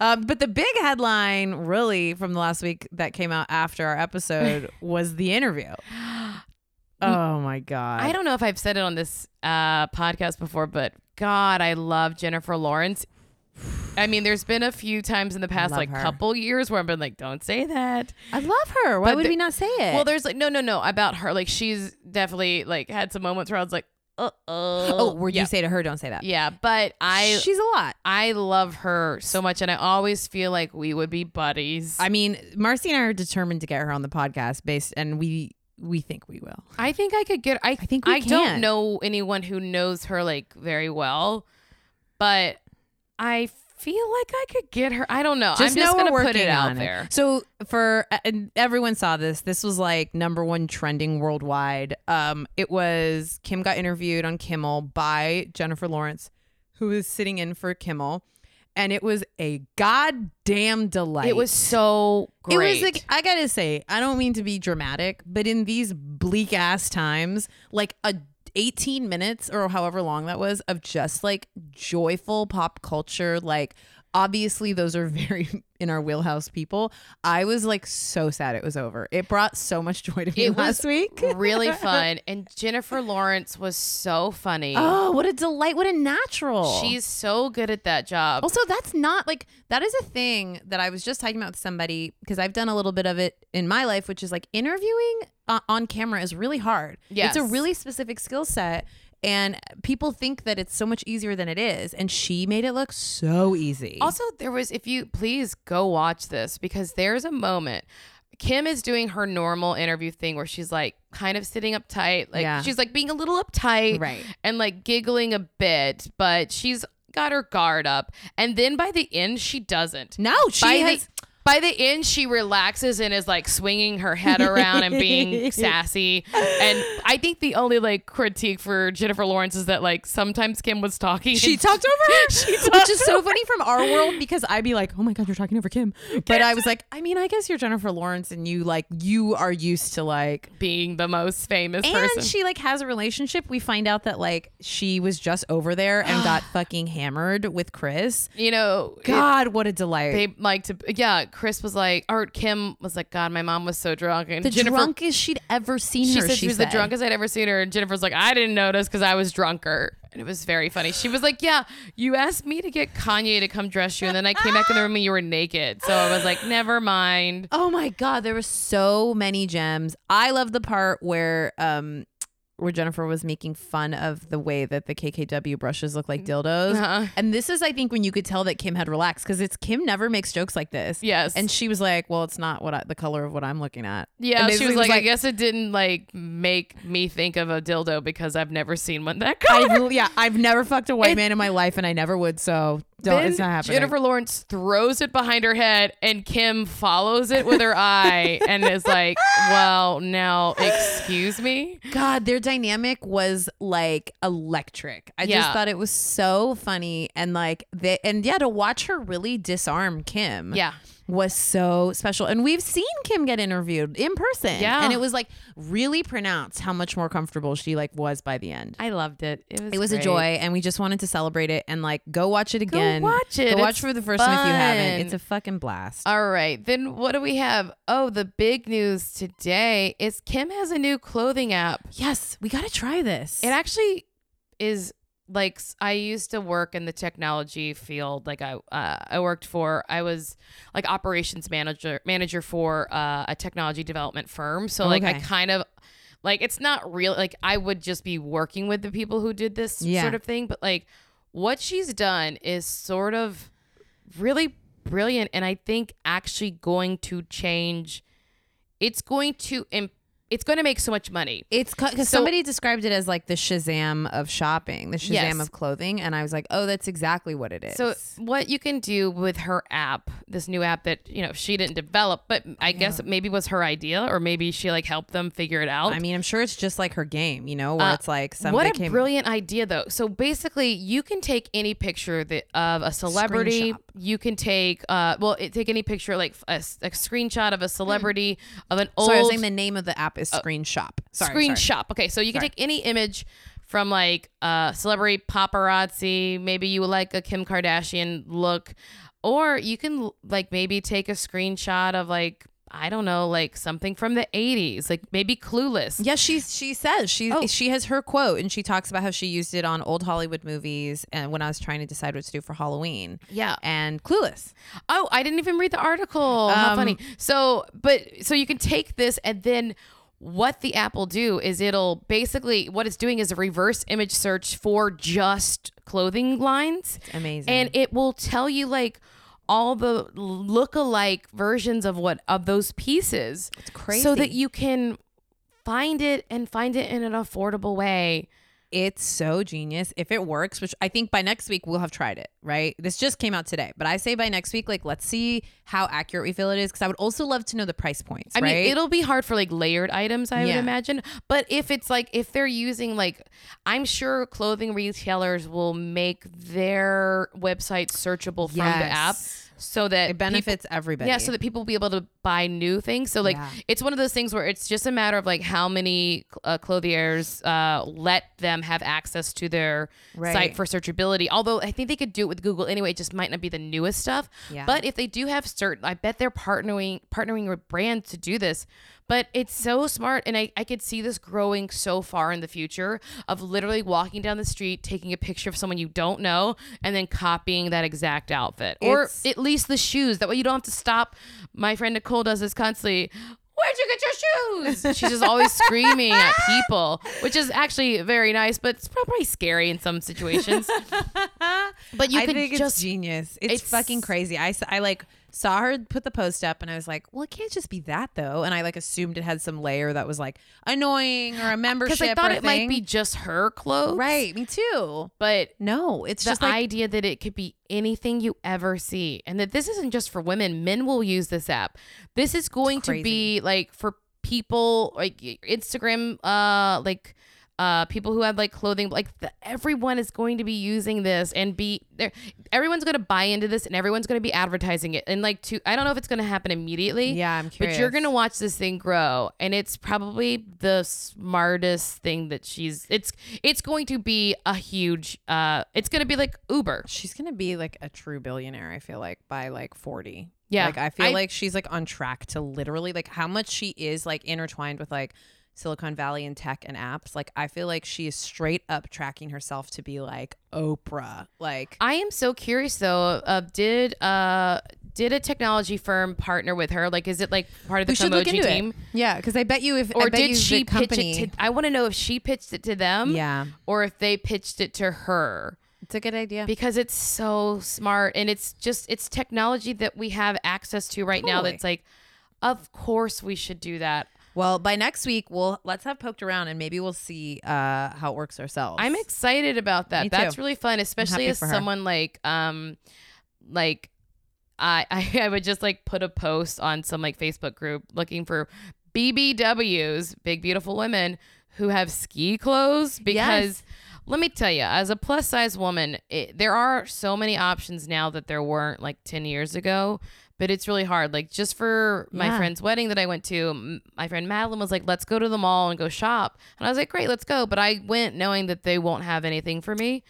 B: um, but the big headline, really, from the last week that came out after our episode was the interview. Oh my god!
A: I don't know if I've said it on this uh, podcast before, but God, I love Jennifer Lawrence. I mean, there's been a few times in the past,
B: Love
A: like
B: her.
A: couple years, where I've been like, "Don't say that."
B: I love her. Why
A: But
B: would
A: the-
B: we not say it?
A: Well, there's like, no, no, no, about her. Like, she's definitely like had some moments where I was like, "Uh oh."
B: oh, where
A: yeah.
B: you say to her, don't say that.
A: Yeah, but I
B: she's a lot.
A: I love her so much, and I always feel like we would be buddies.
B: I mean, Marcy and I are determined to get her on the podcast, based, and we we think we will.
A: I think I could get. I, I
B: think we
A: I
B: can.
A: don't know anyone who knows her like very well, but I feel like I could get her. I don't know. I'm just
B: know
A: gonna
B: we're
A: put it
B: working
A: out
B: on
A: there.
B: So for uh, and everyone saw this. This was like number one trending worldwide. Um, it was Kim got interviewed on Kimmel by Jennifer Lawrence, who was sitting in for Kimmel, and it was a goddamn delight.
A: It was so
B: It
A: great.
B: was like I gotta say, I don't mean to be dramatic, but in these bleak ass times, like a 18 minutes or however long that was of just like joyful pop culture, like obviously those are very in our wheelhouse people. I was like so sad it was over. It brought so much joy to me
A: It was
B: last week.
A: really fun, and Jennifer Lawrence was so funny.
B: Oh, what a delight! What a natural.
A: She's so good at that job.
B: Also, that's not like that is a thing that I was just talking about with somebody because I've done a little bit of it in my life, which is like interviewing uh, on camera is really hard. It's a
A: Yes.
B: really specific skill set. And people think that it's so much easier than it is. And she made it look so easy.
A: Also, there was, if you please go watch this because there's a moment. Kim is doing her normal interview thing where she's like kind of sitting up tight. Like
B: Yeah.
A: she's like being a little uptight
B: Right.
A: and like giggling a bit, but she's got her guard up. And then by the end, she doesn't.
B: no, she
A: by,
B: has.
A: the, by the end, she relaxes and is like swinging her head around and being sassy. And I think the only like critique for Jennifer Lawrence is that like sometimes Kim was talking.
B: she
A: and
B: talked over her, which is so funny from our world because I'd be like, "Oh my god, you're talking over Kim," but I was like, "I mean, I guess you're Jennifer Lawrence, and you like you are used to like
A: being the most famous
B: and
A: person.
B: she like has a relationship we find out that like she was just over there and got fucking hammered with chris
A: you know, it-
B: god what a delight
A: they like to, yeah. Chris was like, or Kim was like, God, my mom was so drunk. And
B: the
A: Jennifer,
B: drunkest she'd ever seen
A: she
B: her
A: said she was the drunkest I'd ever seen her. And Jennifer's like, I didn't notice because I was drunker. And it was very funny. She was like, Yeah, you asked me to get Kanye to come dress you. And then I came back in the room and you were naked. So I was like, Never mind.
B: oh my god there were so many gems i love the part where um where Jennifer was making fun of the way that the KKW brushes look like dildos.
A: Uh-huh.
B: And this is, I think, when you could tell that Kim had relaxed because it's Kim never makes jokes like this.
A: Yes.
B: And she was like, "Well, it's not what I, the color of what I'm looking at."
A: Yeah,
B: And
A: she
B: basically
A: was like, I guess it didn't like make me think of a dildo because I've never seen one that color.
B: I've, yeah, I've never fucked a white man in my life, and I never would. So don't.
A: Then
B: it's not happening.
A: Jennifer Lawrence throws it behind her head, and Kim follows it with her eye and is like, "Well, now, excuse me."
B: God, their dynamic was like electric. I
A: Yeah.
B: just thought it was so funny and like they and yeah, to watch her really disarm Kim.
A: Yeah.
B: Was so special. And we've seen Kim get interviewed in person.
A: Yeah.
B: And it was like really pronounced how much more comfortable she like was by the end.
A: I loved it. It was.
B: It was a
A: great.
B: joy and we just wanted to celebrate it and like go watch it again.
A: watch it.
B: Go watch
A: It's
B: for the first time if you
A: fun.
B: haven't. It's a fucking blast.
A: All right, then what do we have? Oh, the big news today is Kim has a new clothing app.
B: yes, we gotta try this.
A: It actually is like s- I used to work in the technology field. Like I, uh, I worked for I was like operations manager manager for uh, a technology development firm. So like I
B: Okay.
A: kind of like it's not real. Like I would just be working with the people who did this
B: Yeah.
A: sort of thing. But like what she's done is sort of really brilliant, and I think actually going to change. It's going to imp- it's going to make so much money.
B: It's because
A: So-
B: somebody described it as like the Shazam of shopping, the Shazam
A: Yes.
B: of clothing, and I was like, oh, that's exactly what it is.
A: So what you can do with her app, this new app that you know she didn't develop, but I guess it maybe was her idea, or maybe she like helped them figure it out.
B: I mean, I'm sure it's just like her game, you know, where it's like somebody
A: Uh, what a
B: came.
A: brilliant idea, though. So basically, you can take any picture that, of a celebrity.
B: Screenshot.
A: You can take, uh, well, it, take any picture like a, s- a screenshot of a celebrity of an old
B: Hmm.
A: Oh.
B: sorry, I was saying the name of the app is Screen Shop. Sorry,
A: screen
B: sorry.
A: shop. Okay, so you can take any image from like uh celebrity paparazzi, maybe you like a Kim Kardashian look, or you can like maybe take a screenshot of like I don't know, like something from the 80s, like maybe Clueless.
B: Yeah, she she says she
A: Oh.
B: she has her quote and she talks about how she used it on old Hollywood movies and when I was trying to decide what to do for Halloween.
A: Yeah.
B: and Clueless.
A: Oh, I didn't even read the article. How
B: Um,
A: funny. So, but so you can take this and then what the app will do is it'll basically what it's doing is a reverse image search for just clothing lines.
B: amazing.
A: And it will tell you like all the look-alike versions of what of those pieces. It's
B: crazy.
A: So that you can find it and find it in an affordable way.
B: It's so genius. If it works, which I think by next week we'll have tried it, right? This just came out today, but I say by next week, like, let's see how accurate we feel it is. Cause I would also love to know the price points.
A: I mean,
B: right?
A: it'll be hard for like layered items, I would
B: Yeah.
A: imagine. But if it's like if they're using like, I'm sure clothing retailers will make their website searchable from the app
B: Yes.
A: so that
B: it
A: people-
B: benefits everybody.
A: Yeah, so that people will be able to buy new things. So like,
B: Yeah.
A: it's one of those things where it's just a matter of like how many uh, clothiers uh, let them have access to their site
B: Right.
A: for searchability. Although I think they could do it with Google anyway. It just might not be the newest stuff.
B: Yeah.
A: But if they do have certain, I bet they're partnering partnering with brands to do this. But it's so smart, and I, I could see this growing so far in the future of literally walking down the street, taking a picture of someone you don't know, and then copying that exact outfit or
B: It's-
A: at least the shoes. That way you don't have to stop. My friend Nicole does this constantly. Where'd you get your shoes? She's just always screaming at people, which is actually very nice, but it's probably scary in some situations. But you
B: I
A: could
B: think
A: just
B: it's genius. It's,
A: it's-
B: fucking crazy. I, s- I like saw her put the post up and I was like, well, it can't just be that though. And I like assumed it had some layer that was like annoying or a membership.
A: because Uh, I thought
B: or
A: it might
B: thing.
A: be just her clothes,
B: right. Me too.
A: But
B: No, it's
A: the
B: just like
A: idea that it could be anything you ever see and that this isn't just for women men will use this app this is going to be like for people like instagram uh like uh people who have like clothing like the, everyone is going to be using this and be there everyone's going to buy into this and everyone's going to be advertising it and like to i don't know if it's going to happen immediately
B: Yeah, I'm
A: but you're
B: curious.
A: going to watch this thing grow and it's probably the smartest thing that she's it's it's going to be a huge uh it's going to be like uber
B: she's gonna be like a true billionaire i feel like by like 40
A: Yeah.
B: like i feel
A: I-
B: like she's like on track to literally like how much she is like intertwined with like silicon valley and tech and apps like i feel like she is straight up tracking herself to be like oprah like
A: i am so curious though of did uh did a technology firm partner with her? Like, is it like part of the
B: We should look
A: Comoji
B: into
A: team?
B: it. Yeah, because I bet you if I
A: Or
B: bet you
A: did she
B: the company,
A: pitch it to? I want to know if she pitched it to them.
B: Yeah.
A: Or if they pitched it to her
B: It's a good idea.
A: because it's so smart and it's just it's technology that we have access to right now.
B: Totally.
A: That's like, of course we should do that.
B: Well, by next week, we'll let's have poked around and maybe we'll see uh, how it works ourselves.
A: I'm excited about that.
B: Me
A: That's
B: too.
A: really fun, especially
B: happy
A: as
B: for her.
A: someone like um like I, I I would just like put a post on some like Facebook group looking for BBWs, big beautiful women who have ski clothes because let me tell you, as a plus size woman, it, there are so many options now that there weren't like 10 years ago. But it's really hard. Like just for my
B: Yeah.
A: friend's wedding that I went to, m- my friend Madeline was like, "Let's go to the mall and go shop," and I was like, "Great, let's go." But I went knowing that they won't have anything for me,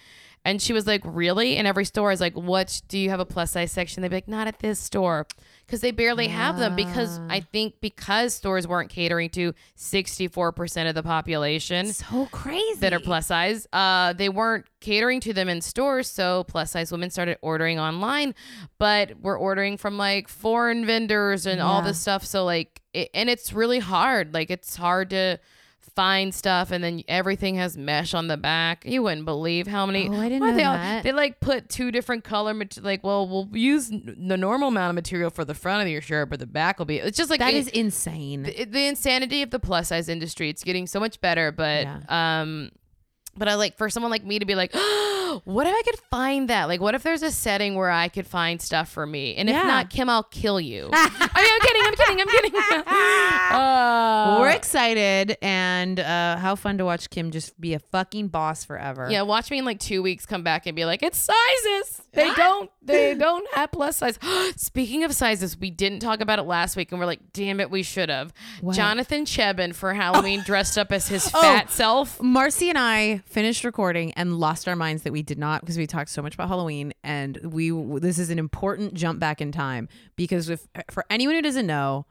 A: and she was like, "Really?" And every store is like, "What do you have a plus size section?" They'd be like, "Not at this store," because they barely have them. Because I think because stores weren't catering to sixty four percent of the population
C: So crazy.
A: that are plus size. Uh, they weren't catering to them in stores, so plus size women started ordering online, but we're ordering from like foreign vendors and all
C: Yeah.
A: this stuff. So like, it, and it's really hard. Like it's hard to find stuff, and then everything has mesh on the back. You wouldn't believe how many.
C: Oh, I didn't
A: why
C: know
A: they all-
C: that.
A: They like put two different color. Mat- like, well, we'll use n- the normal amount of material for the front of your shirt, but the back will be. It's just like
B: That
A: it-
B: is insane.
A: the, the insanity of the plus size industry. It's getting so much better, but um, but I like for someone like me to be like, what if I could find that? Like, what if there's a setting where I could find stuff for me? And if
B: Yeah.
A: not, Kim, I'll kill you. I mean, I'm kidding. I'm kidding. I'm kidding. Uh,
B: We're excited and uh, how fun to watch Kim just be a fucking boss forever.
A: yeah, watch me in like two weeks come back and be like, it's sizes. They don't. They don't have plus size. Speaking of sizes, we didn't talk about it last week, and we're like, damn it, we should have. Jonathan Cheban for Halloween dressed up as
B: Oh,
A: his fat self.
B: Marcy and I finished recording and lost our minds that we did not because we talked so much about Halloween and we this is an important jump back in time because if eh, for anyone who doesn't know,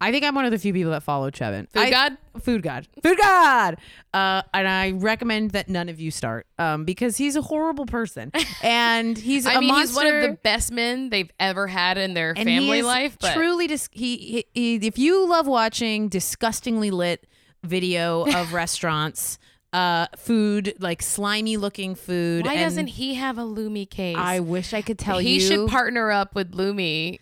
B: I think I'm one of the few people that follow Chevin.
A: Food
B: I-
A: God?
B: Food God, Food God, uh, and I recommend that none of you start um, because he's a horrible person and he's
A: I
B: a
A: mean,
B: monster.
A: he's one of the best men they've ever had in their
B: and
A: family
B: he is
A: life. But
B: truly, dis- he, he, he if you love watching disgustingly lit video of restaurants, uh, food like slimy looking food.
A: why
B: and
A: doesn't he have a Lumi case?
B: I wish I could tell
A: he
B: you
A: should partner up with Lumi.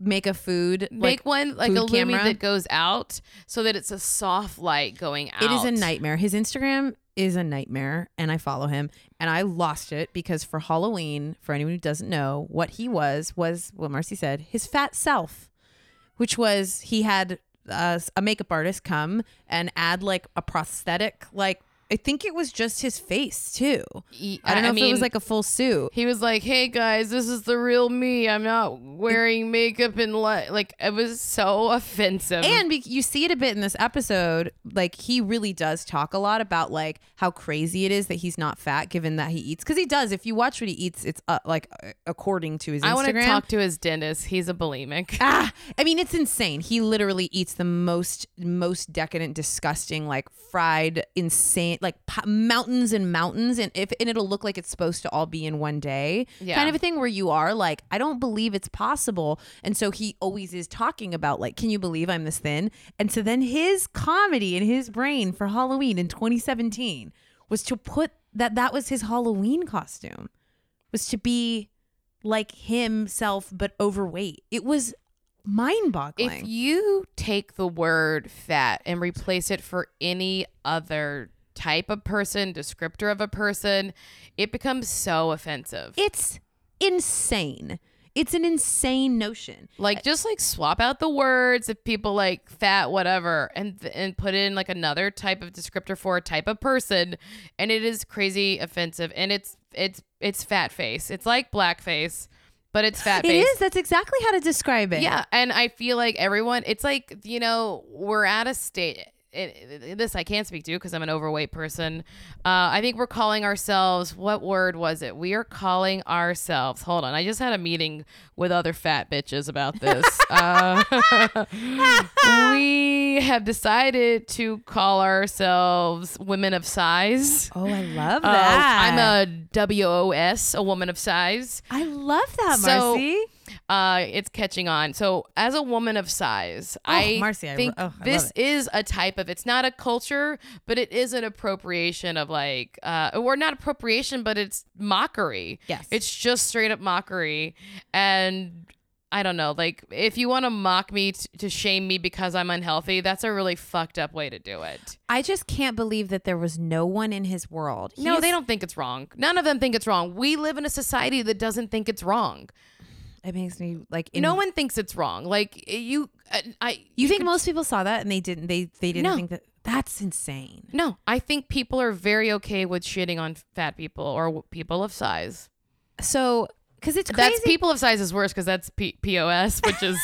B: make a food
A: Make
B: like.
A: one like a
B: food
A: Lumi
B: camera?
A: that goes out so that it's a soft light going out.
B: It is a nightmare. His Instagram is a nightmare, and I follow him. And I lost it because for Halloween, for anyone who doesn't know, what he was was what Marcy said his fat self, which was he had uh, a makeup artist come and add like a prosthetic, like I think it was just his face too.
A: E-
B: I don't know if it
A: mean,
B: was like a full suit.
A: He was like, "Hey guys, this is the real me. I'm not wearing makeup and li-. like it was so offensive."
B: And be- you see it a bit in this episode. Like he really does talk a lot about like how crazy it is that he's not fat, given that he eats. Because he does. If you watch what he eats, it's uh, like uh, according to his Instagram.
A: I want to talk to his dentist. He's a bulimic.
B: Ah, I mean, it's insane. He literally eats the most, most decadent, disgusting, like fried, insane, like po- mountains and mountains, and if and it'll look like it's supposed to all be in one day,
A: Yeah.
B: kind of a thing where you are like, I don't believe it's possible, and so he always is talking about like, can you believe I'm this thin? And so then his comedy in his brain for Halloween in 2017 was to put that that was his Halloween costume was to be like himself but overweight. It was mind
A: If
B: boggling.
A: you take the word fat and replace it for any other type of person, descriptor of a person, it becomes so offensive.
B: It's insane. It's an insane notion.
A: like just like swap out the words if people like fat whatever and and put in like another type of descriptor for a type of person and it is crazy offensive and it's it's it's fat face. It's like blackface, but it's fat
B: It
A: face.
B: is. That's exactly how to describe it.
A: Yeah, and I feel like everyone. It's like you know we're at a state. It, it- this I can't speak to because I'm an overweight person. Uh, I think we're calling ourselves. What word was it? We are calling ourselves. Hold on, I just had a meeting with other fat bitches about this. uh, we have decided to call ourselves women of size.
B: Oh, I love
A: Uh,
B: that.
A: I'm a WOS, a woman of size.
B: I love that,
A: So-
B: Marcy. Oh,
A: uh, it's catching on. So as a woman of size,
C: Oh,
A: I
C: Marcy, I
A: think
C: ro- oh, I love
A: this
C: it.
A: is a type of. It's not a culture, but it is an appropriation of like, uh, or not appropriation, but it's mockery.
C: Yes.
A: it's just straight up mockery, and. I don't know. Like, if you want to mock me t- to shame me because I'm unhealthy, that's a really fucked up way to do it.
C: I just can't believe that there was no one in his world. He
A: no,
C: is-
A: they don't think it's wrong. None of them think it's wrong. We live in a society that doesn't think it's wrong.
B: It makes me like
A: no one thinks it's wrong. Like you, I, I
B: You think most people saw that and they didn't? They they didn't
A: No.
B: think that. That's insane.
A: no. I think people are very okay with shitting on fat people or w- people of size.
B: So because it's crazy.
A: That's people of size is worse because that's P- POS, which is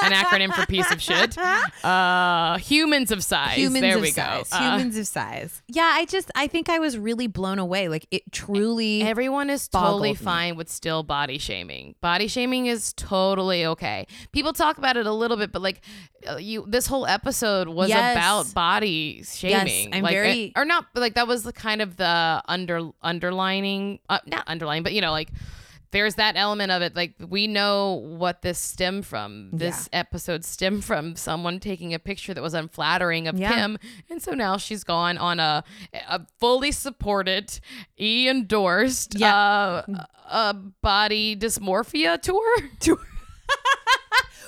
A: an acronym for piece of shit. Uh, humans of size.
B: humans
A: there
B: of
A: we
B: size.
A: go. Uh,
B: humans of size. Yeah, I just I think I was really blown away. Like it truly.
A: Everyone is totally
B: boggled me.
A: fine with still body shaming. Body shaming is totally okay. People talk about it a little bit, but like uh, you, this whole episode was
B: Yes.
A: about body shaming.
B: I'm
A: like, eh,
B: very-
A: it- or not but, like that was the kind of the under underlining, uh, not underlining, but you know, like there's that element of it. Like we know what this stemmed from. This episode stemmed from someone taking a picture that was unflattering of
B: Yeah.
A: Kim, and so now she's gone on a, a fully supported, e endorsed, uh, uh, body dysmorphia tour.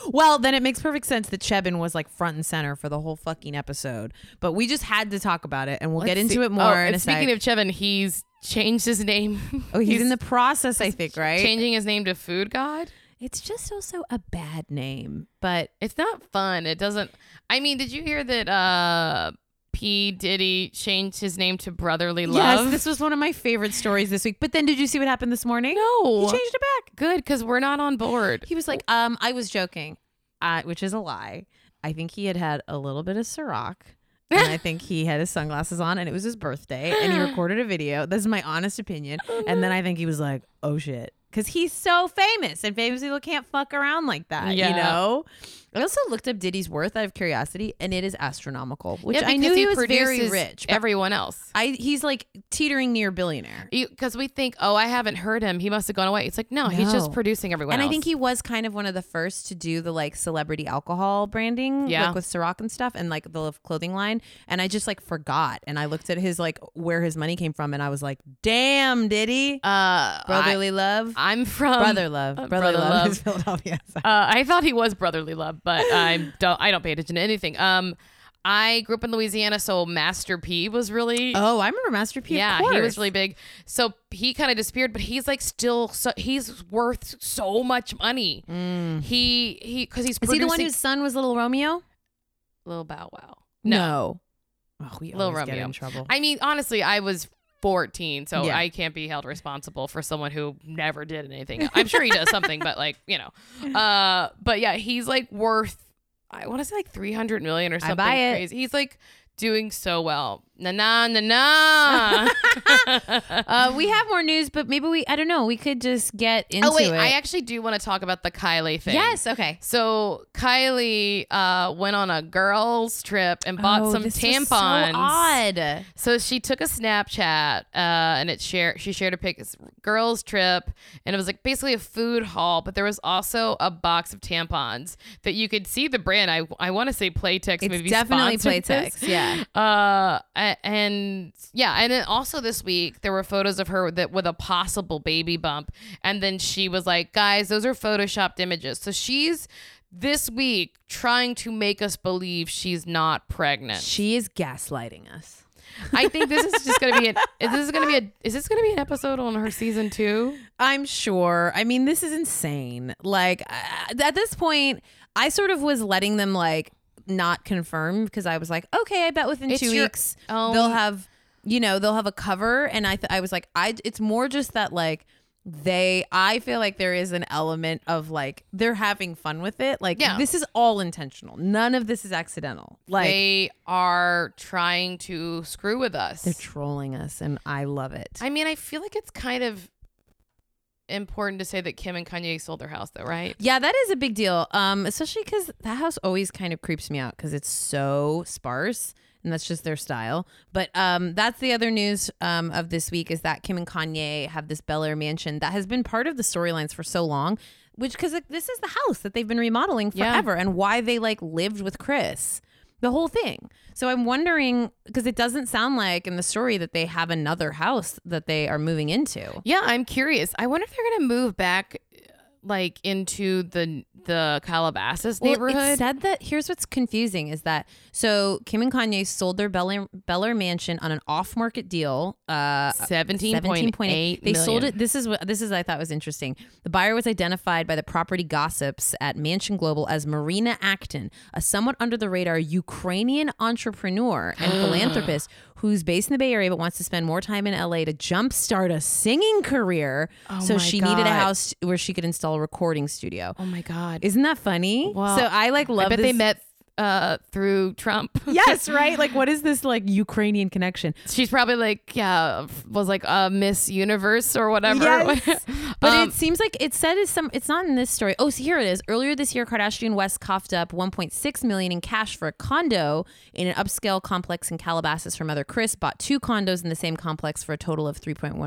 B: well, then it makes perfect sense that Chebin was like front and center for the whole fucking episode. But we just had to talk about it, and we'll get into
A: See-
B: it more.
A: Oh,
B: in
A: and
B: a
A: speaking
B: sec.
A: of Chevin, he's changed his name.
B: oh, he's, in the process, I think, right?
A: changing his name to Food God.
B: It's just also a bad name, but
A: It's not fun. It doesn't. I mean, did you hear that? uh P Diddy changed his name to Brotherly Love.
B: yes, this was one of my favorite stories this week. But then, did you see what happened this morning?
A: no,
B: he changed it back.
A: good because we're not on board.
B: He was like, um, I was joking, uh, which is a lie. I think he had had a little bit of Ciroc. and I think he had his sunglasses on and it was his birthday and he recorded a video. This is my honest opinion.
A: Oh,
B: And then I think he was like, oh shit. Because he's so famous and famous people can't fuck around like that,
A: Yeah.
B: you know? I also looked up Diddy's worth out of curiosity and it is astronomical, which
A: Yeah,
B: I
A: because
B: knew he, was very
A: produces
B: rich. But
A: Everyone else.
B: I, he's like teetering near billionaire.
A: because we think, oh, I haven't heard him. He must have gone away. It's like, no, he's just
B: No.
A: producing everyone.
B: And I
A: else.
B: think he was kind of one of the first to do the like celebrity alcohol branding,
A: Yeah.
B: like with Ciroc and stuff, and like the clothing line. And I just like forgot, and I looked at his like where his money came from, and I was like, "Damn, did he?
A: uh,
B: brotherly love,
A: I, am from
B: brother love,
A: uh,
B: brother,
A: brother
B: love,
A: love.
B: is Philadelphia."
A: Uh, I thought he was brotherly love, but I don't. I don't pay attention to anything. Um, I grew up in Louisiana, so Master P was really.
B: oh, I remember Master P. of
A: yeah, he was
B: course.
A: really big. So he kind of disappeared, but he's like still. So, he's worth so much money. He he because he's
B: Mm. Mm-hmm. Is
A: producing
B: he the one whose son was Little Romeo?
A: Lil Bow Wow.
B: Oh, we
A: Lil
B: always get
A: Romeo.
B: in trouble.
A: I mean, honestly, I was 14, so
B: Yeah.
A: I can't be held responsible for someone who never did anything. I'm sure he does something, but like, you know. Uh, but yeah, he's like worth I want to say like 300 million or something
B: buy it.
A: crazy. He's like doing so well. Na na na na.
B: uh, we have more news, but maybe we—I don't know—we could just get into
A: oh wait,
B: it.
A: I actually do want to talk about the Kylie thing.
B: yes, okay.
A: So Kylie uh, went on a girls trip and bought
B: Oh,
A: some
B: this was so
A: tampons.
B: odd.
A: So she took a Snapchat uh, and it shared. She shared a pic. It's girls trip, and it was like basically a food haul, but there was also a box of tampons that you could see the brand. I I want to say Playtex.
B: It's
A: maybe
B: definitely
A: sponsored
B: Playtex,
A: this.
B: yeah.
A: Uh, a- and yeah, and then also this week there were photos of her that with a possible baby bump, and then she was like, "Guys, those are photoshopped images." So she's this week trying to make us believe she's not pregnant.
B: She is gaslighting us.
A: I think this is just gonna be an is this gonna be a is this gonna be an episode on her season two?
B: I'm sure. I mean, this is insane. Like uh, at this point, I sort of was letting them like not confirm because I was like, okay, I bet within
A: It's
B: two
A: your
B: weeks
A: own-
B: they'll have, you know, they'll have a cover. And I, th- I was like, I. It's more just that like they. I feel like there is an element of like they're having fun with it. Like
A: Yeah.
B: this is all intentional. None of this is accidental. Like
A: they are trying to screw with us.
B: they're trolling us, and I love it.
A: I mean, I feel like it's kind of important to say that Kim and Kanye sold their house though, right?
B: Yeah, that is a big deal. Um, especially because that house always kind of creeps me out because it's so sparse, and that's just their style. But um, that's the other news um, of this week is that Kim and Kanye have this Bel Air mansion that has been part of the storylines for so long which because like, this is the house that they've been remodeling
A: Yeah.
B: forever and why they like lived with Chris, the whole thing. So I'm wondering because it doesn't sound like in the story that they have another house that they are moving into.
A: Yeah, I'm curious. I wonder if they're gonna move back, like into the the Calabasas
B: Well, it
A: neighborhood.
B: said that here's what's confusing is that so Kim and Kanye sold their Bel Air mansion on an off market deal. Uh,
A: Seventeen point
B: 17.8
A: eight.
B: they sold it this is what this is i thought was interesting the buyer was identified by the property gossips at mansion global as marina acton a somewhat under the radar ukrainian entrepreneur and philanthropist who's based in the bay area but wants to spend more time in la to jumpstart a singing career so
A: Oh my
B: she needed
A: God.
B: a house where she could install a recording studio
A: Oh my god!
B: isn't that funny
A: Wow.
B: so i like love
A: I bet
B: this
A: they met uh through Trump.
B: yes right like what is this like ukrainian connection
A: She's probably like, yeah, f- was like a Miss Universe or whatever.
B: Yes. But
A: Um,
B: it seems like it said is some. It's not in this story. Oh, so here it is. Earlier this year, Kardashian West coughed up 1.6 million in cash for a condo in an upscale complex in Calabasas. Her mother Chris bought two condos in the same complex for a total of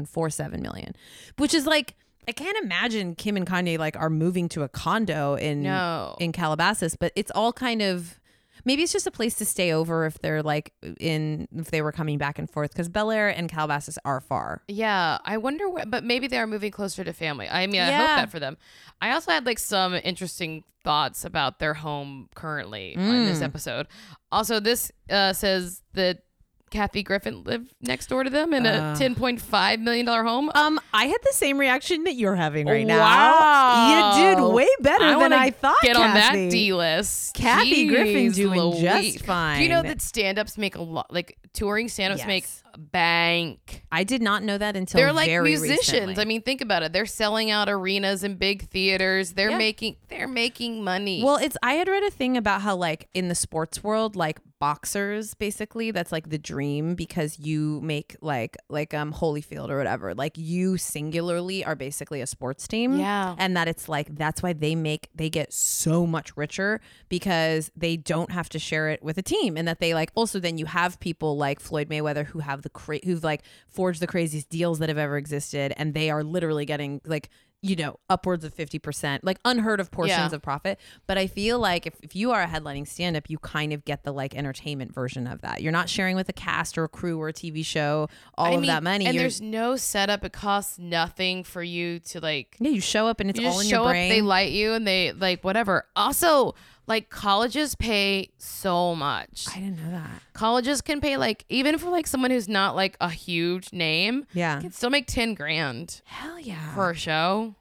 B: 3.147 million, which is like I can't imagine Kim and Kanye like are moving to a condo in
A: No.
B: in Calabasas. But it's all kind of. Maybe it's just a place to stay over if they're like in if they were coming back and forth because Bel Air and Calabasas are far.
A: Yeah, I wonder where, but maybe they are moving closer to family. I mean, I
B: Yeah.
A: hope that for them. I also had like some interesting thoughts about their home currently on
B: Mm.
A: this episode. Also, this uh, says that Kathy Griffin lived next door to them in a $10.5 million home.
B: Um, I had the same reaction that you're having right now.
A: Wow.
B: You did way better than
A: wanna
B: I thought.
A: Get on that
B: Kathy.
A: D list.
B: Kathy Griffin's doing just
A: Do you know
B: fine.
A: that stand ups make a lot, like touring stand ups make
B: Yes.
A: a bank?
B: I did not know that until
A: they're like
B: very
A: musicians.
B: recently.
A: I mean, think about it. They're selling out arenas and big theaters. They're
B: Yeah.
A: making they're making money.
B: well, it's I had read a thing about how like in the sports world, like boxers basically, that's like the dream because you make like like um Holyfield or whatever. Like you singularly are basically a sports team.
A: Yeah.
B: and that it's like that's why they make they get so much richer because they don't have to share it with a team and that they like also then you have people like Floyd Mayweather who have the cra- who've like forged the craziest deals that have ever existed and they are literally getting like you know upwards of 50% like unheard of portions
A: Yeah.
B: of profit but i feel like if, if you are a headlining stand-up you kind of get the like entertainment version of that you're not sharing with a cast or a crew or a tv show all
A: I
B: of
A: mean,
B: that money
A: and
B: You're-
A: there's no setup. It costs nothing for you to like.
B: yeah you show up and it's
A: You
B: all
A: just
B: in
A: show
B: your
A: up.
B: brain
A: They light you and they like whatever. Also, like colleges pay so much.
B: i didn't know that
A: colleges can pay like even for like someone who's not like a huge name.
B: yeah
A: Can still make ten grand
B: Hell yeah.
A: for a show.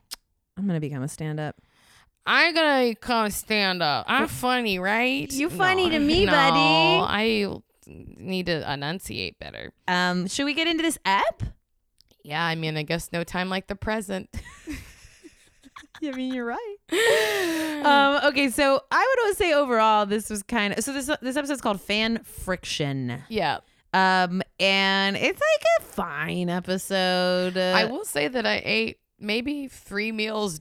B: I'm going to become a stand up.
A: I'm gonna come stand up. I'm funny, right?
C: You funny to me,
A: no,
C: buddy.
A: I need to enunciate better.
B: Um, should we get into this app?
A: Yeah, I mean, I guess no time like the present.
B: I mean, you're right. um, okay, so I would always say overall this was kind of so this this episode's called Fan Friction.
A: yeah,
B: Um, and it's like a fine episode.
A: I will say that I ate maybe three meals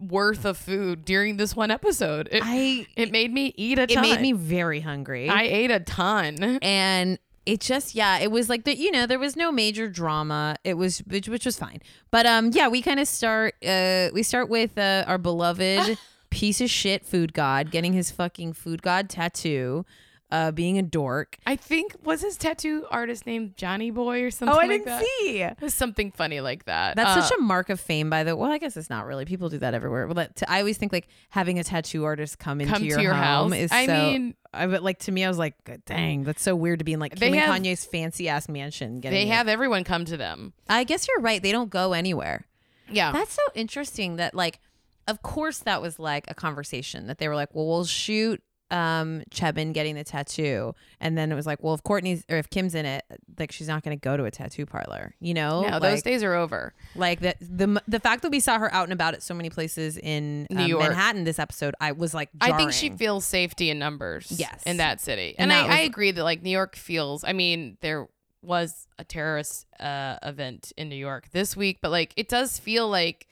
A: worth of food during this one episode. It,
B: I
A: it made me eat a
B: it
A: ton.
B: made me very hungry.
A: I ate a ton.
B: and it just yeah it was like the you know there was no major drama it was which, which was fine but um yeah we kind of start uh we start with uh, our beloved piece of shit food god getting his fucking food god tattoo uh being a dork
A: I think was his tattoo artist named Johnny Boy or something. like that.
B: Oh, see
A: It was something funny like that.
B: that's
A: Uh,
B: such a mark of fame by the well i guess it's not really people do that everywhere but to, i always think like having a tattoo artist come into
A: Come to
B: your,
A: your house.
B: home is
A: I
B: so
A: mean-
B: i but like to me i was like dang that's so weird to be in like
A: They
B: Kim
A: have-
B: and kanye's fancy ass mansion getting
A: They
B: it.
A: have everyone come to them.
B: I guess you're right. They don't go anywhere.
A: Yeah.
B: That's so interesting that like of course that was like a conversation that they were like, "Well, we'll shoot um Chebin getting the tattoo." And then it was like, "Well, if Courtney's or if Kim's in it, like she's not going to go to a tattoo parlor." You know?
A: no,
B: like,
A: those days are over.
B: like that the the fact that we saw her out and about at so many places in
A: New
B: um,
A: York.
B: Manhattan this episode, I was like
A: I think she
B: jarring.
A: feels safety in numbers.
B: Yes.
A: In that city. And,
B: And that
A: I,
B: was-
A: I agree that like New York feels I mean, there was a terrorist uh, event in New York this week, but like it does feel like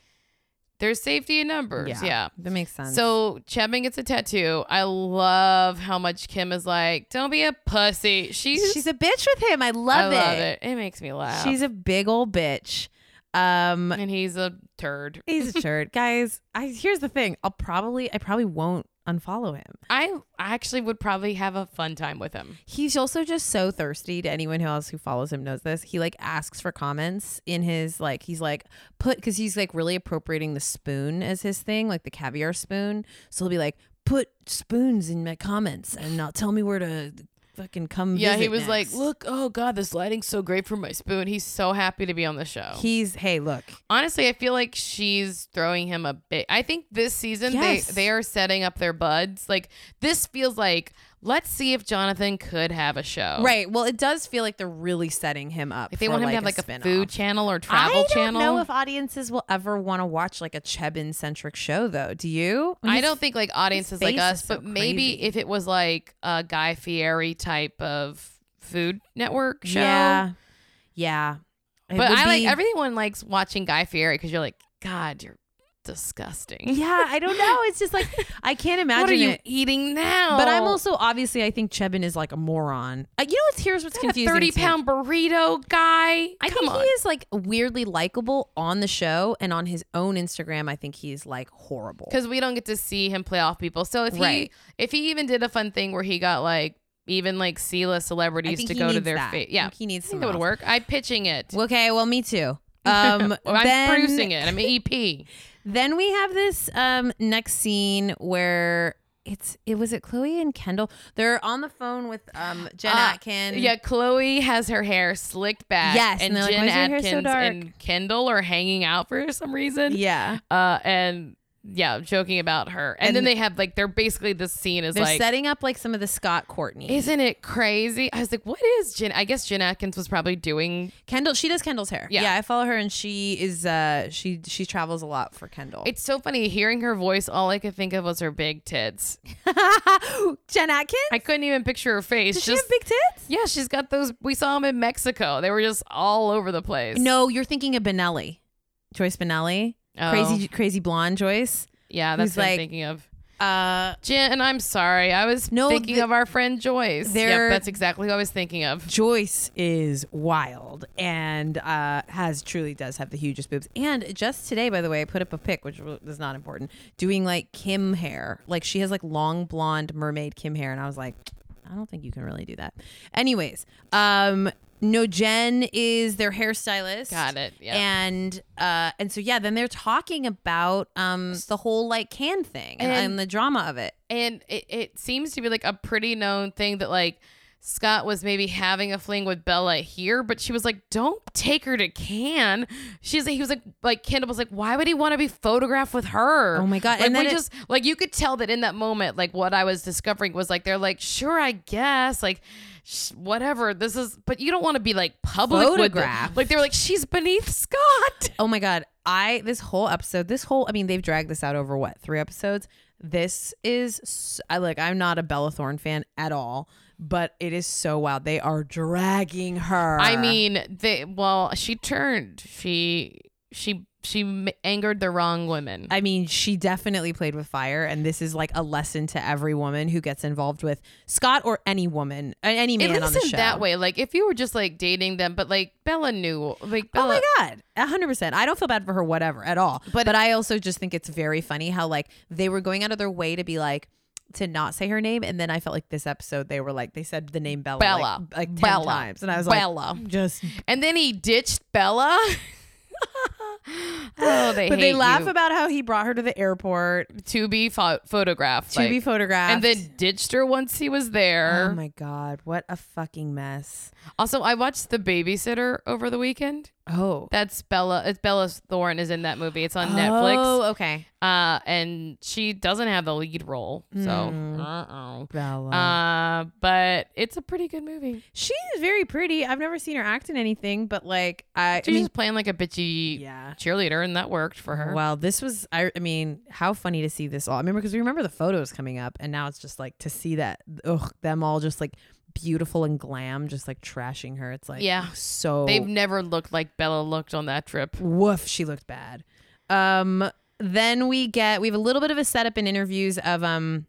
A: there's safety in numbers. Yeah.
B: That makes sense.
A: So Chapman gets a tattoo. I love how much Kim is like, Don't be a pussy. She's,
B: she's a bitch with him. I
A: I
B: love,
A: love it. It makes me laugh.
B: She's a big old bitch. Um,
A: and he's a turd.
B: he's a turd, guys. I here's the thing. I'll probably I probably won't unfollow him.
A: I actually would probably have a fun time with him.
B: He's also just so thirsty to anyone who else who follows him knows this. He like asks for comments in his like he's like put cuz he's like really appropriating the spoon as his thing, like the caviar spoon. So he'll be like put spoons in my comments and not tell me where to fucking come
A: Yeah, he
B: visit
A: was like,
B: next."
A: "Look, oh god, this lighting's so great for my spoon." He's so happy to be on the show.
B: He's hey, look.
A: Honestly, I feel like she's throwing him a bit. I think this season
B: Yes.
A: they they are setting up their buds. Like this feels like let's see if Jonathan could have a show.
B: Right. Well, it does feel like they're really setting him up.
A: Oh. If they
B: for,
A: want him to have like
B: like a
A: a,
B: spin-off.
A: food channel or travel
B: I
A: channel.
B: don't know if audiences will ever want to watch like a Chebin centric show, though. Do you?
A: I don't think like audiences like
B: face
A: us,
B: is so
A: but maybe
B: crazy.
A: if it was like a Guy Fieri type of food network show.
B: Yeah. Yeah. It
A: But
B: would
A: I like
B: be-
A: everyone likes watching Guy Fieri because you're like, God, you're disgusting.
B: Yeah, I don't know. It's just like I can't imagine
A: what are you
B: it.
A: eating now?
B: But I'm also obviously I think Chebin is like a moron. Uh, you know what's here's what's
A: a
B: confusing.
A: thirty
B: to me.
A: pound burrito guy.
B: I
A: Come
B: think
A: on.
B: he is like weirdly likable on the show and on his own Instagram. I think he's like horrible.
A: because we don't get to see him play off people. So if
B: Right.
A: he if he even did a fun thing where he got like even like C list
B: I
A: celebrities
B: think
A: to
B: he
A: go to
B: needs
A: their
B: that.
A: face,
B: I
A: yeah,
B: think he needs
A: I think
B: someone
A: that would
B: else.
A: work. I'm pitching it.
B: Okay, well, me too. Um,
A: I'm
B: then,
A: producing it. I'm E EP.
B: Then we have this um next scene where it's it was it Chloe and Kendall. They're on the phone with um Jen
A: Uh,
B: Atkin.
A: Yeah, Chloe has her hair slicked back.
B: Yes, and
A: and,
B: they're like,
A: Jen
B: "Why is your hair
A: Atkins
B: so
A: and Kendall are hanging out for some reason.
B: yeah.
A: Uh, and yeah, joking about her. And,
B: And-
A: then they have like they're basically the scene is
B: They're
A: like.
B: setting up like some of the Scott Courtney.
A: isn't it crazy? I was like, what is Jen? I guess Jen Atkins was probably doing
B: Kendall, she does Kendall's hair.
A: Yeah.
B: I follow her and she is uh she she travels a lot for Kendall.
A: It's so funny hearing her voice. All I could think of was her big tits.
B: Jen Atkin?
A: I couldn't even picture her face.
B: Does she
A: just
B: have big tits?
A: yeah, she's got those. We saw them in Mexico. They were just all over the place.
B: No, you're thinking of Benelli. Joyce Benelli.
A: Oh.
B: Crazy crazy blonde Joyce.
A: yeah, that's
B: who's
A: what
B: like-
A: I'm thinking of.
B: Uh
A: Jen, and I'm sorry, I was
B: No,
A: thinking
B: the-
A: of our friend Joyce.
B: They're-
A: Yep, that's exactly who I was thinking of.
B: Joyce is wild and uh, has truly does have the hugest boobs. And just today, by the way, I put up a pic, which is not important, doing like Kim hair. Like she has like long blonde mermaid Kim hair. And I was like, I don't think you can really do that. Anyways, um, no, Jen is their hairstylist.
A: Got it, yeah.
B: And uh, and so yeah, then they're talking about um the whole like can thing and,
A: And-
B: and the drama of it.
A: And it, it seems to be like a pretty known thing that like Scott was maybe having a fling with Bella here, but she was like, "Don't take her to Cannes." She's he was like, like Kendall was like, "Why would he want to be photographed with her?"
B: Oh my God.
A: Like,
B: And then
A: we
B: it-
A: just like you could tell that in that moment, like what I was discovering was like they're like, "Sure, I guess," like. sh- Whatever this is, but you don't want to be like public with the-
B: Photographed.
A: Like they were like, she's beneath Scott.
B: Oh my god, I this whole episode, this whole I mean they've dragged this out over what, 3 episodes. This is s- I like I'm not a Bella Thorne fan at all, but it is so wild. They are dragging her.
A: I mean, they well, she turned. She she she m- angered the wrong women.
B: I mean, she definitely played with fire, and this is like a lesson to every woman who gets involved with Scott or any woman, uh, any
A: At
B: man on
A: least
B: the
A: in
B: show.
A: that way, like if you were just like dating them, but like Bella knew, like
B: Oh
A: Bella.
B: my god, hundred percent. I don't feel bad for her, whatever, at all. But, but I also just think it's very funny how like they were going out of their way to be like to not say her name, and then I felt like this episode they were like they said the name Bella, like-
A: Bella,
B: like, ten
A: Bella,
B: times, and I was
A: Bella,
B: like, just.
A: and then he ditched Bella. oh, they
B: But they
A: hate
B: laugh
A: you.
B: about how he brought her to the airport
A: to be pho- photographed,
B: to be
A: like,
B: photographed,
A: and then ditched her once he was there.
B: Oh my god, what a fucking mess!
A: also, I watched The Babysitter over the weekend.
B: Oh,
A: That's Bella. It's Bella Thorne is in that movie. It's on Netflix.
B: Oh, okay,
A: uh, and she doesn't have the lead role, so uh-oh.
B: Bella.
A: Uh, but it's a pretty good movie.
B: she is very pretty. I've never seen her act in anything, but like I, I
A: She's
B: mean,
A: just playing like a bitchy
B: yeah,
A: cheerleader, and that worked for her.
B: Well, this was I, I mean, how funny to see this all. I remember because we remember the photos coming up, and now it's just like to see that ugh, them all just like beautiful and glam, just like trashing her. It's like
A: Yeah.
B: so
A: They've never looked like Bella looked on that trip.
B: woof. She looked bad. Um, then we get we have a little bit of a setup in interviews of um,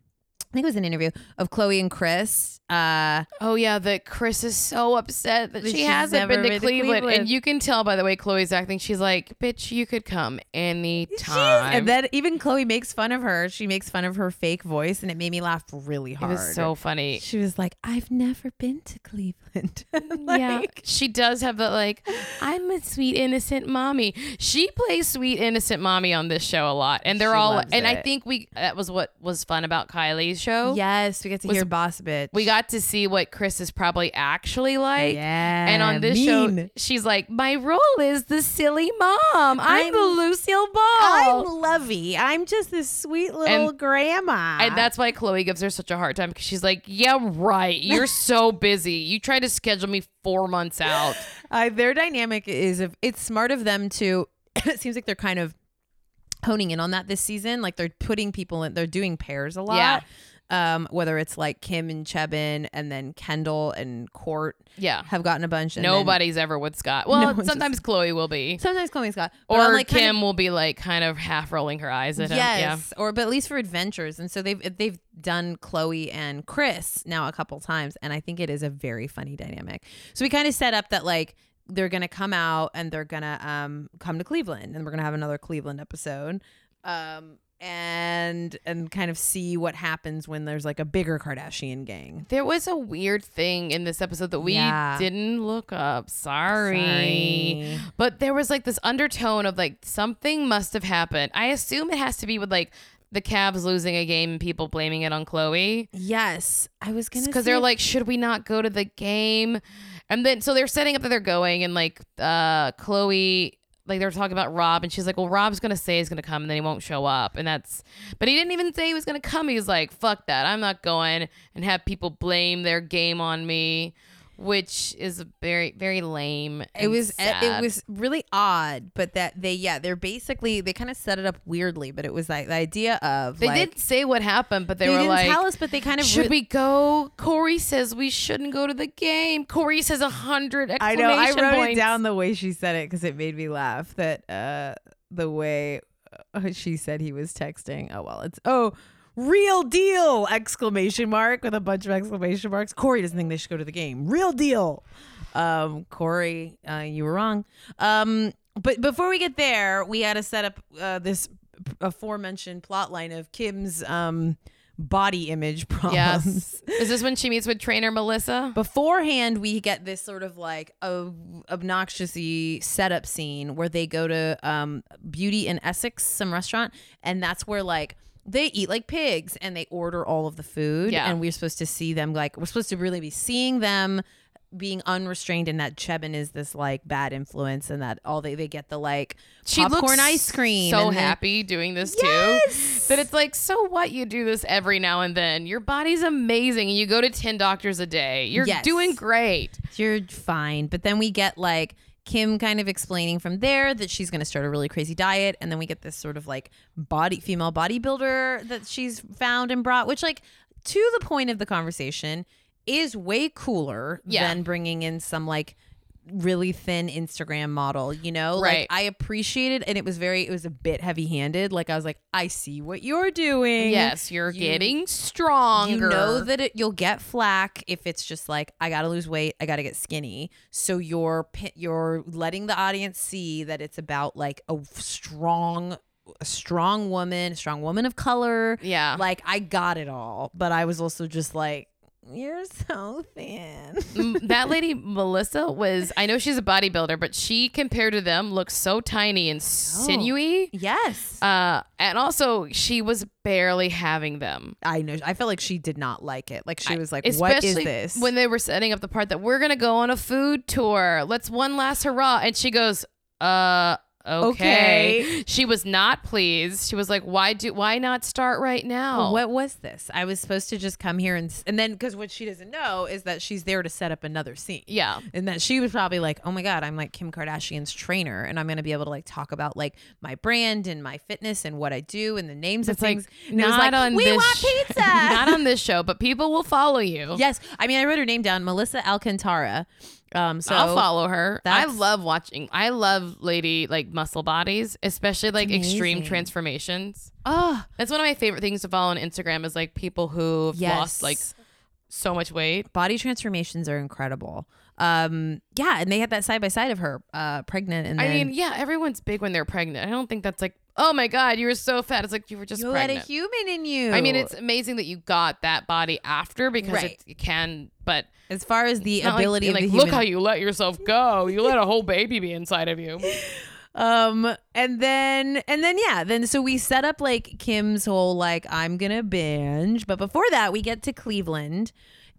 B: I think it was an interview of Chloe and Chris. uh
A: Oh yeah, that Chris is so upset that,
C: That
A: she
C: she's
A: hasn't
C: never
A: been to,
C: been to
A: Cleveland. and
C: Cleveland.
A: you can tell by the way Chloe's acting. She's like, "Bitch, you could come anytime."
B: and then even Chloe makes fun of her. She makes fun of her fake voice and it made me laugh really
A: it
B: hard.
A: was so funny.
B: she was like, I've never been to Cleveland.
A: yeah,
B: Like-
A: she does have that like, I'm a sweet innocent mommy. She plays sweet innocent mommy on this show a lot, and they're
B: She
A: all.
B: loves
A: And I
B: it.
A: think we that was what was fun about Kylie's show.
B: Yes, we get to
A: oh. Was-
B: hear Boss Bitch.
A: we got to see what Chris is probably actually like.
B: yeah,
A: And on this show,
B: mean.
A: she's like, "My role is the silly mom. I'm, the
B: I'm-
A: Lucille Ball."
B: I'm Lovey. I'm just this sweet little grandma.
A: And that's why Chloe gives her such a hard time because she's like, "Yeah, right. You're so busy. You tried to schedule me four months out."
B: uh, their dynamic is of it's smart of them to. it seems like they're kind of honing in on that this season. Like they're putting people in. They're doing pairs a lot. Um, whether it's like Kim and Chebin, and then Kendall and Court
A: Yeah,
B: have gotten a bunch. And then-
A: nobody's ever with Scott. Well,
B: one's
A: sometimes Chloe will be,
B: sometimes Chloe Scott but
A: or
B: I'm, like,
A: Kim
B: kind of-
A: will be like kind of half rolling her eyes at him.
B: Yes, or but at least for adventures, and so they've they've done Chloe and Chris now a couple times, and I think it is a very funny dynamic. So we kind of set up that like they're gonna come out and they're gonna um come to Cleveland, and we're gonna have another Cleveland episode, um and and kind of see what happens when there's like a bigger Kardashian gang.
A: Yeah, there was a weird thing in this episode that we
B: Yeah.
A: didn't look up. Sorry.
B: Sorry.
A: But there was like this undertone of like something must have happened. I assume it has to be with like the Cavs losing a game and people blaming it on Chloe.
B: Yes, I was gonna
A: because
B: say
A: they're
B: if-
A: like, should we not go to the game? And then so they're setting up that they're going, and like uh Chloe, like they're talking about Rob, and she's like, well, Rob's gonna say he's gonna come, and then he won't show up, and that's, but he didn't even say he was gonna come. He's like, fuck that, I'm not going, and have people blame their game on me, which is very very lame.
B: it
A: and
B: was eh, it
A: sad.
B: was really odd but that they yeah they're basically they kind of set it up weirdly but it was like the idea of
A: They
B: like,
A: didn't say what happened, but they,
B: they
A: were
B: didn't
A: like,
B: tell us but they kind of
A: should
B: re-
A: we go? Corey says we shouldn't go to the game. Corey says a hundred.
B: i know i wrote
A: points.
B: it down the way she said it because it made me laugh that uh the way uh, she said he was texting oh well it's oh real deal exclamation mark with a bunch of exclamation marks corey doesn't think they should go to the game real deal um corey uh, you were wrong um but before we get there we had to set up uh, this aforementioned plot line of kim's um body image problems
A: Yes. Is this when she meets with trainer Melissa?
B: beforehand we get this sort of like ob- obnoxiousy setup scene where they go to um, beauty in essex some restaurant and that's where like they eat like pigs and they order all of the food
A: Yeah.
B: and we're supposed to see them like we're supposed to really be seeing them being unrestrained and that Chebin is this like bad influence and that all they, they get the like popcorn ice cream
A: So
B: and the-
A: happy doing this too. That it's like, so what? You do this every now and then. Your body's amazing. You go to ten doctors a day. You're
B: Yes.
A: doing great.
B: you're fine. But then we get like Kim kind of explaining from there that she's going to start a really crazy diet. And then we get this sort of like body, female bodybuilder that she's found and brought, which, like, to the point of the conversation, is way cooler
A: Yeah.
B: than bringing in some like really thin Instagram model, you know?
A: Right.
B: Like, I appreciated and it was very, it was a bit heavy handed. Like, I was like, I see what you're doing.
A: Yes, you're
B: You-
A: getting stronger.
B: You know that it, you'll get flack if it's just like I got to lose weight, I got to get skinny. So you're pi- you're letting the audience see that it's about like a strong a strong woman, a strong woman of color.
A: yeah.
B: Like I got it all, but I was also just like you're so thin.
A: M- that lady Melissa was I know she's a bodybuilder, but she compared to them looks so tiny and sinewy.
B: yes.
A: Uh, and also she was barely having them.
B: I know. I felt like she did not like it. Like she was like, "What is
A: Especially
B: this?"
A: When they were setting up the part that we're gonna go on a food tour. Let's one last hurrah. And she goes, uh okay.
B: Okay.
A: She was not pleased. She was like, Why do why not start right now?
B: What was this? I was supposed to just come here and s- and then because what she doesn't know is that she's there to set up another scene.
A: yeah.
B: and that she was probably like oh my god i'm like kim kardashian's trainer and i'm gonna be able to like talk about like my brand and my fitness and what i do and the names
A: It's
B: of things
A: like
B: and it
A: not
B: was like,
A: on
B: we
A: this
B: want
A: sh-
B: pizza
A: not on this show, but people will follow you.
B: yes i mean i wrote her name down melissa alcantara um so
A: I'll follow her. I
B: that's-
A: love watching. I love lady like muscle bodies, especially like extreme
B: amazing.
A: transformations.
B: oh
A: That's one of my favorite things to follow on Instagram is like people who've
B: yes
A: lost like so much weight.
B: body transformations are incredible. Um, yeah, and they had that side by side of her uh, pregnant, and
A: I
B: then
A: mean, yeah, everyone's big when they're pregnant. I don't think that's like, oh my god, you were so fat. It's like you were just
B: you
A: pregnant.
B: let a human in you.
A: I mean, it's amazing that you got that body after because
B: Right.
A: it can, but
B: as far as the
A: not like-
B: ability
A: like,
B: of the
A: look
B: human.
A: how you let yourself go. You let a whole baby be inside of you.
B: um, and then and then yeah, then so we set up like Kim's whole like I'm gonna binge, but before that we get to Cleveland,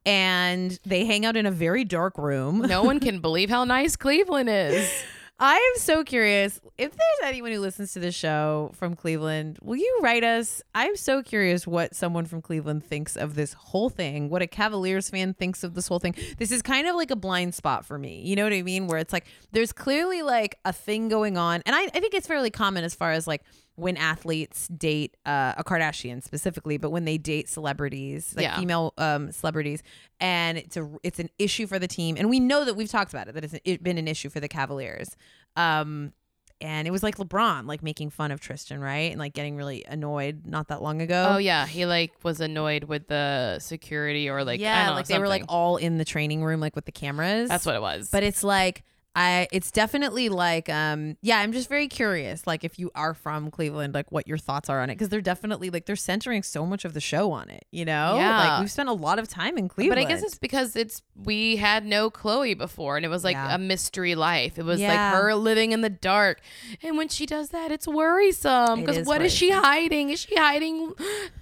B: and they hang out in a very dark room.
A: No one can believe how nice Cleveland is.
B: I am so curious. If there's anyone who listens to the show from Cleveland, will you write us? I'm so curious what someone from Cleveland thinks of this whole thing, what a Cavaliers fan thinks of this whole thing. This is kind of like a blind spot for me. You know what I mean? Where it's like there's clearly like a thing going on. And I, I think it's fairly common as far as like when athletes date uh, a Kardashian specifically, but when they date celebrities, like
A: Yeah.
B: female um, celebrities, and it's a it's an issue for the team. And we know that we've talked about it that it's it been an issue for the Cavaliers. Um, and it was like LeBron, like making fun of Tristan, right, and like getting really annoyed not that long ago.
A: Oh yeah, he like was annoyed with the security or like I
B: yeah,
A: don't know,
B: like they were like
A: something.
B: all in the training room, like with the cameras.
A: that's what it was.
B: But it's like I it's definitely like um yeah, I'm just very curious like if you are from Cleveland like what your thoughts are on it cuz they're definitely like they're centering so much of the show on it, you know?
A: Yeah.
B: Like we've spent a lot of time in Cleveland.
A: But I guess it's because it's we had no Chloe before, and it was like
B: Yeah.
A: a mystery life. It was
B: Yeah.
A: like her living in the dark, and when she does that, it's worrisome
B: It
A: because
B: is
A: what is she hiding? Is she hiding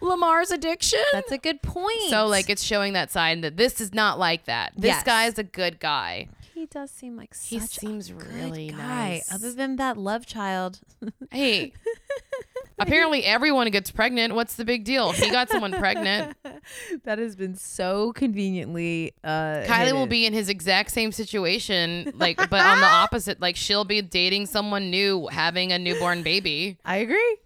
A: Lamar's addiction?
B: that's a good point.
A: so like it's showing that side that this is not like that. This
B: Yes.
A: guy's a good guy.
C: He does seem like such
A: He seems
C: a good
A: really
C: guy.
A: nice.
C: Other than that love child,
A: Hey, apparently everyone gets pregnant. What's the big deal? He got someone pregnant.
B: that has been so conveniently uh
A: Kylie will
B: hidden.
A: be in his exact same situation, like, but on the opposite. Like, she'll be dating someone new, having a newborn baby.
B: I agree.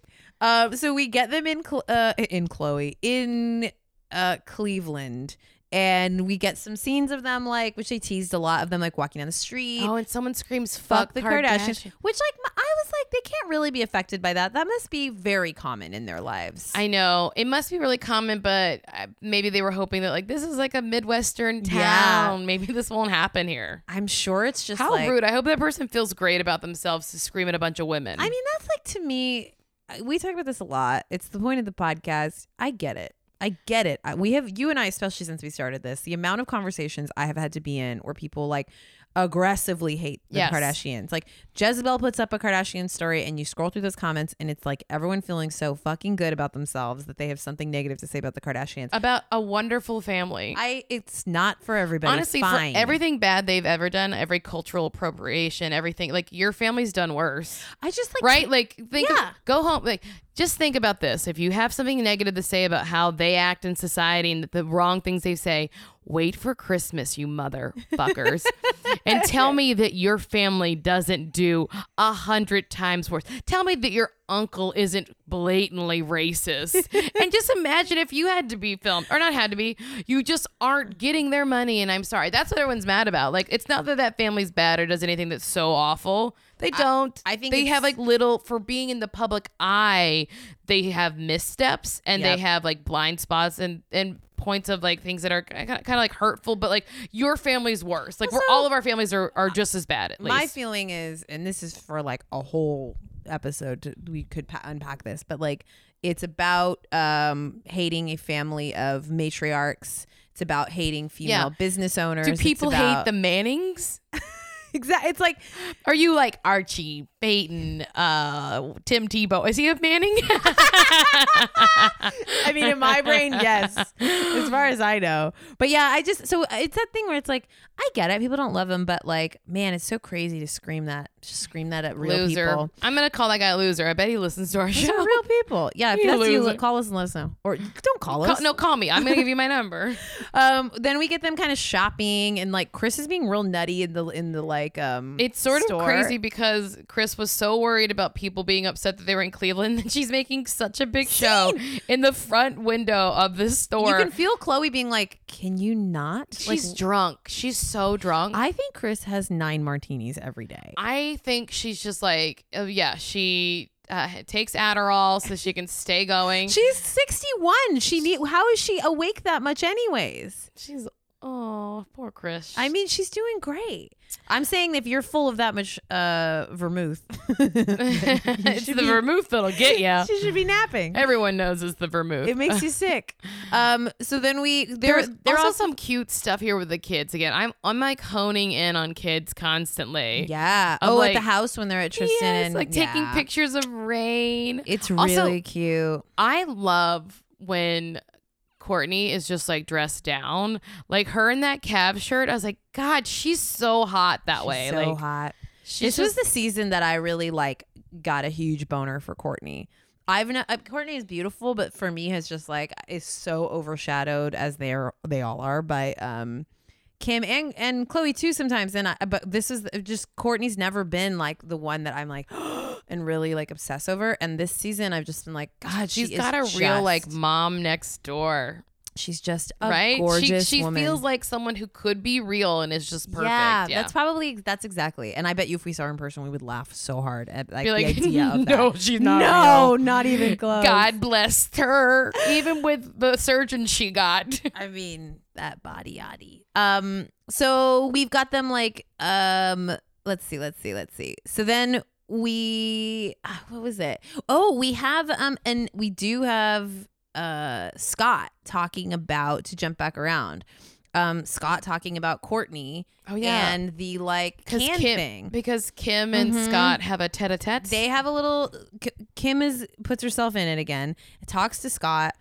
B: Um, so we get them in Cl- uh, in Chloe in uh, Cleveland, and we get some scenes of them like which they teased a lot of them like walking down the street.
A: Oh, and someone screams,
B: Fuck,
A: "Fuck,
B: the Kardashians, which like m- I was like, they can't really be affected by that. That must be very common in their lives.
A: I know it must be really common, but uh, maybe they were hoping that like this is like a midwestern
B: Yeah.
A: town. Maybe this won't happen here.
B: I'm sure it's just
A: How
B: like,
A: rude! I hope that person feels great about themselves to scream at a bunch of women.
B: I mean, that's like to me. I- We talk about this a lot. It's the point of the podcast. I get it. I get it. I- We have you and I, especially since we started this, the amount of conversations I have had to be in where people like aggressively hate the
A: Yes.
B: Kardashians. Like Jezebel puts up a Kardashian story, and you scroll through those comments, and it's like everyone feeling so fucking good about themselves that they have something negative to say about the Kardashians.
A: about a wonderful family.
B: I. It's not for everybody.
A: Honestly,
B: it's fine.
A: for everything bad they've ever done, every cultural appropriation, everything like your family's done worse,
B: I just like
A: right? Like think, of-
B: Yeah.
A: go home. Like just think about this: if you have something negative to say about how they act in society and the wrong things they say, wait for Christmas, you motherfuckers, and tell me that your family doesn't do a hundred times worse. Tell me that your uncle isn't blatantly racist, and just imagine if you had to be filmed or not had to be. You just aren't getting their money, and I'm sorry. That's what everyone's mad about. Like it's not that that family's bad or does anything that's so awful. They don't.
B: I think
A: they
B: it's-
A: have like little for being in the public eye. They have missteps and
B: Yep.
A: they have like blind spots and and points of like things that are kind of like hurtful. But like your family's worse. Like we're all of our families are are just as bad. At least
B: My feeling is, and this is for like a whole episode, to- we could pa- unpack this, but like it's about um, hating a family of matriarchs. It's about hating female
A: Yeah.
B: business owners.
A: do people hate the Mannings?
B: Exactly. It's like
A: Are you like Archie Payton, uh, Tim Tebow? Is he a Manning?
B: I mean, in my brain, yes, as far as I know. But yeah, I just so it's that thing where it's like I get it. People don't love him, but like, man, it's so crazy to scream that, just scream that at real
A: loser.
B: people.
A: I'm gonna call that guy a loser. I bet he listens to our
B: These
A: show.
B: are real people. Yeah, if
A: You
B: that's you,
A: loser.
B: call us and let us know, or don't call us.
A: Call, no, call me. I'm gonna give you my number.
B: Um, then we get them kind of shopping, and like Chris is being real nutty in the in the like um.
A: It's sort
B: store.
A: of crazy because Chris was so worried about people being upset that they were in Cleveland that she's making such a big show in the front window of this
B: You
A: store.
B: can feel Chloe being like, "Can you not?"
A: she's drunk. She's so drunk. I,
B: I think Chris has nine martinis every day.
A: think she's just like, oh yeah, she uh, takes Adderall so she can stay going.
C: She's 61. She need how is she awake that much anyways?
A: She's oh poor Chris.
C: I mean, she's doing great. I'm saying if you're full of that much uh vermouth, you
A: it's the
C: should be-
A: vermouth that'll get you.
C: she should be napping.
A: Everyone knows it's the vermouth.
C: It makes you sick.
B: Um, so then we there
A: There's
B: there
A: also,
B: also
A: some cute stuff here with the kids. Again, I'm I'm like honing in on kids constantly.
B: yeah.
A: of,
B: Oh,
A: like-
B: at the house when they're at Tristan
A: Yes,
B: and
A: like taking
B: yeah.
A: pictures of rain.
B: It's really
A: Also-
B: cute.
A: I love when Courtney is just like dressed down, like her in that cab shirt. I was like, God, she's so hot that way.
B: so
A: like
B: hot.
A: she's
B: this was the season that I really like got a huge boner for Courtney. I've not, uh, Courtney is beautiful, but for me, has just like is so overshadowed as they are they all are by um Kim and and Chloe too sometimes. And I, but this is uh, just Courtney's never been like the one that I'm like and really like obsess over. And this season, I've just been like, God,
A: she's
B: she
A: got a
B: is
A: real like
B: just-
A: mom next door,
B: she's just a
A: right?
B: gorgeous
A: she she
B: woman.
A: feels like someone who could be real and is just perfect.
B: Yeah,
A: Yeah,
B: that's probably that's exactly. And I bet you, if we saw her in person, we would laugh so hard at like,
A: be like,
B: the idea of that.
A: no, she's not.
B: no,
A: real."
B: not even close.
A: God blessed her, even with the surgeon she got.
B: I mean that body yaddy. Um, so we've got them like um. Let's see, let's see, let's see. So then we ah, what was it? Oh, we have um, and we do have uh Scott talking about to jump back around. Um, Scott talking about Courtney
A: Oh
B: and the like can
A: Kim,
B: thing.
A: because Kim and
B: Mhm.
A: Scott have a tete-a-tete.
B: They have a little. K- Kim is puts herself in it again. Talks to Scott,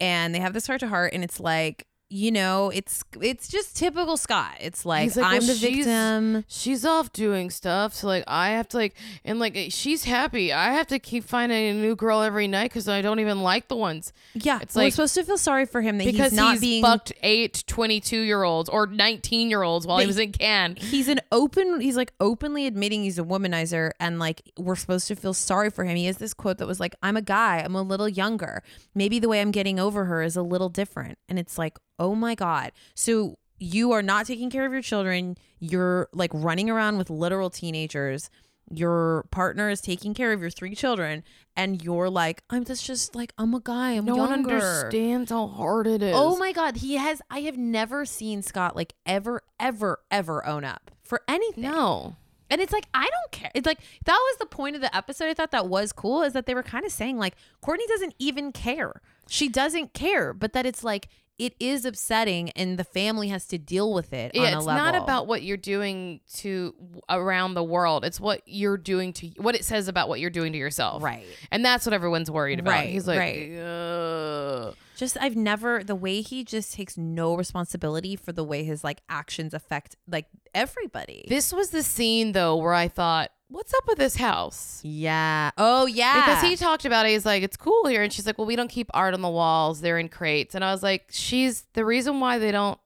B: and they have this heart to heart, and it's like you know, it's it's just typical Scott. It's like,
A: He's like,
B: I'm
A: "Well,
B: the
A: she's-
B: victim.
A: she's off doing stuff so like i have to like and like eh, she's happy i have to keep finding a new girl every night because i don't even like the ones
B: Yeah,
A: it's
B: we're
A: like-
B: supposed to feel sorry for him that
A: because
B: he's not being.
A: fucked eight 22 year olds or 19 year olds while he
B: But-
A: was in can
B: He's an open. He's like openly admitting he's a womanizer, and like we're supposed to feel sorry for him. He has this quote that was like, "I'm a guy. I'm a little younger. Maybe the way I'm getting over her is a little different." And it's like, oh my god. So you are not taking care of your children. You're like running around with literal teenagers. Your partner is taking care of your three children, and you're like, I'm that's just like I'm a guy. I'm
A: no one
B: younger."
A: understands how hard it is
B: Oh my god, he has. I have never seen Scott like ever, ever, ever own up for anything.
A: no
B: And it's like I don't care. It's like that was the point of the episode. I thought that was cool is that they were kind of saying like Courtney doesn't even care. She doesn't care, but that it's like it is upsetting, and the family has to deal with it. on
A: yeah,
B: a
A: it's not
B: level.
A: about what you're doing to around the world it's what you're doing to what it says about what you're doing to yourself
B: right.
A: and that's what everyone's worried about
B: Right,
A: he's like
B: right.
A: "Ugh."
B: Just I've never the way he just takes no responsibility for the way his like actions affect like everybody.
A: This was the scene though where I thought, "What's up with this house?"
B: yeah. Oh yeah.
A: Because he talked about it, he's like, "It's cool here," and she's like, "Well, we don't keep art on the walls; they're in crates." And I was like, "She's the reason why they don't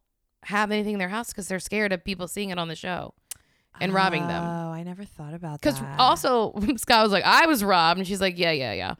A: have anything in their house because they're scared of people seeing it on the show and robbing them."
B: Oh, I never thought about that.
A: Because also Scott was like, "I was robbed," and she's like, "Yeah, yeah, yeah."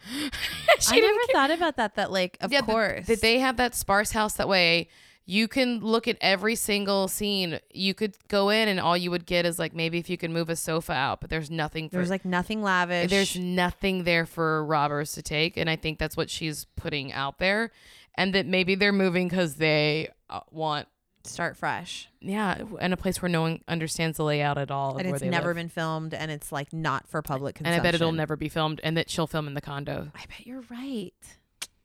A: she
B: I
A: didn't
B: never
A: care.
B: thought about that. That like, of
A: Yeah, that-
B: course,
A: that they have that sparse house that way. You can look at every single scene. You could go in, and all you would get is like maybe if you can move a sofa out, but there's nothing for
B: there's like nothing lavish.
A: there's nothing there for robbers to take and i think that's what she's putting out there and that maybe they're moving because they uh, want
B: start fresh,
A: yeah in a place where no one understands the layout at all of
B: and
A: where
B: it's
A: they
B: never
A: live.
B: been filmed, and it's like not for public
A: and
B: consumption.
A: i bet it'll never be filmed and that she'll film in the condo
B: I bet you're right.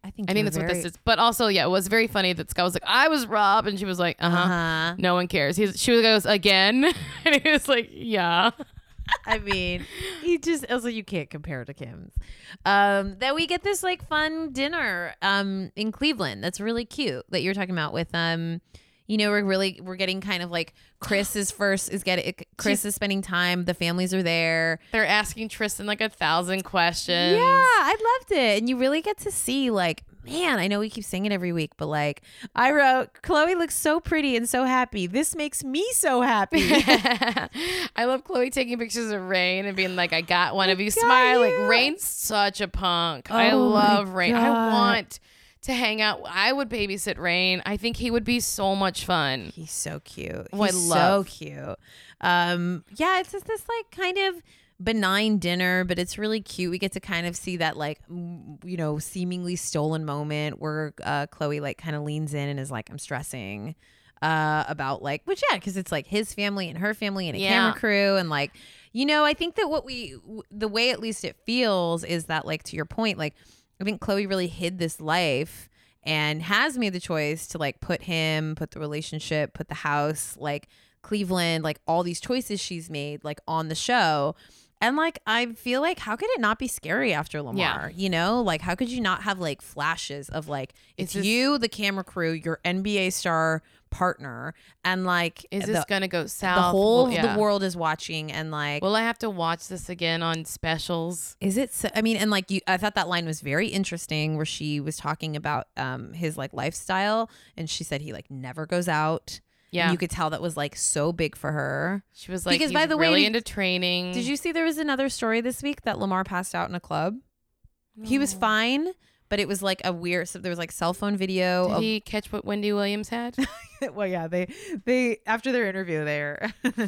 B: I think.
A: i think
B: you're
A: that's what
B: very-
A: this is but also yeah it was very funny that scott was like i was robbed and she was like uh-huh
B: Uh-huh.
A: no one cares He's, she goes again and he was like yeah
B: I mean, he just also you can't compare to Kim's. Um, then we get this like fun dinner um in Cleveland. That's really cute that you're talking about with um. You know, we're really we're getting kind of like Chris is first is getting Chris is spending time. The families are there.
A: they're asking tristan like a thousand questions
B: Yeah, I loved it. And you really get to see, like, man, I know we keep saying it every week, but like, I wrote, Chloe looks so pretty and so happy. This makes me so happy.
A: I love Chloe taking pictures of Rain and being like, "I got one of you." Smile like
B: you.
A: Rain's such a punk. I
B: Oh my
A: love Rain. I
B: God.
A: want to hang out. I would babysit Rain. I think he would be so much fun.
B: He's so cute.
A: Oh, I
B: He's so
A: love.
B: cute. Um, yeah, it's just this like kind of benign dinner, but it's really cute. We get to kind of see that like m- you know seemingly stolen moment where uh, Chloe like kind of leans in and is like, "I'm stressing." Uh, about like which yeah because it's like his family and her family and a
A: Yeah.
B: camera crew and like you know i think that what we w- the way at least it feels is that like to your point like i think chloe really hid this life and has made the choice to like put him put the relationship put the house like cleveland like all these choices she's made like on the show and like i feel like how could it not be scary after lamar you know like how could you not have like flashes of like
A: Is
B: it's
A: this-
B: you the camera crew your nba star partner and like
A: Is
B: the,
A: this gonna go
B: the
A: south?
B: whole
A: Well,
B: of
A: yeah.
B: the world is watching and like
A: Will I have to watch this again on specials?
B: Is it? So, I mean, and like you, I thought that line was very interesting, where she was talking about um his like lifestyle, and she said he like never goes out.
A: Yeah,
B: And you could tell that was like so big for her.
A: she was like,
B: because
A: he's
B: by the way,
A: really
B: did-
A: into training.
B: Did you see there was another story this week that Lamar passed out in a club? He was
A: Mm.
B: fine, but it was like a weird. So there was like cell phone video.
A: Did
B: of,
A: he catch what Wendy Williams had?
B: well yeah they they after their interview they're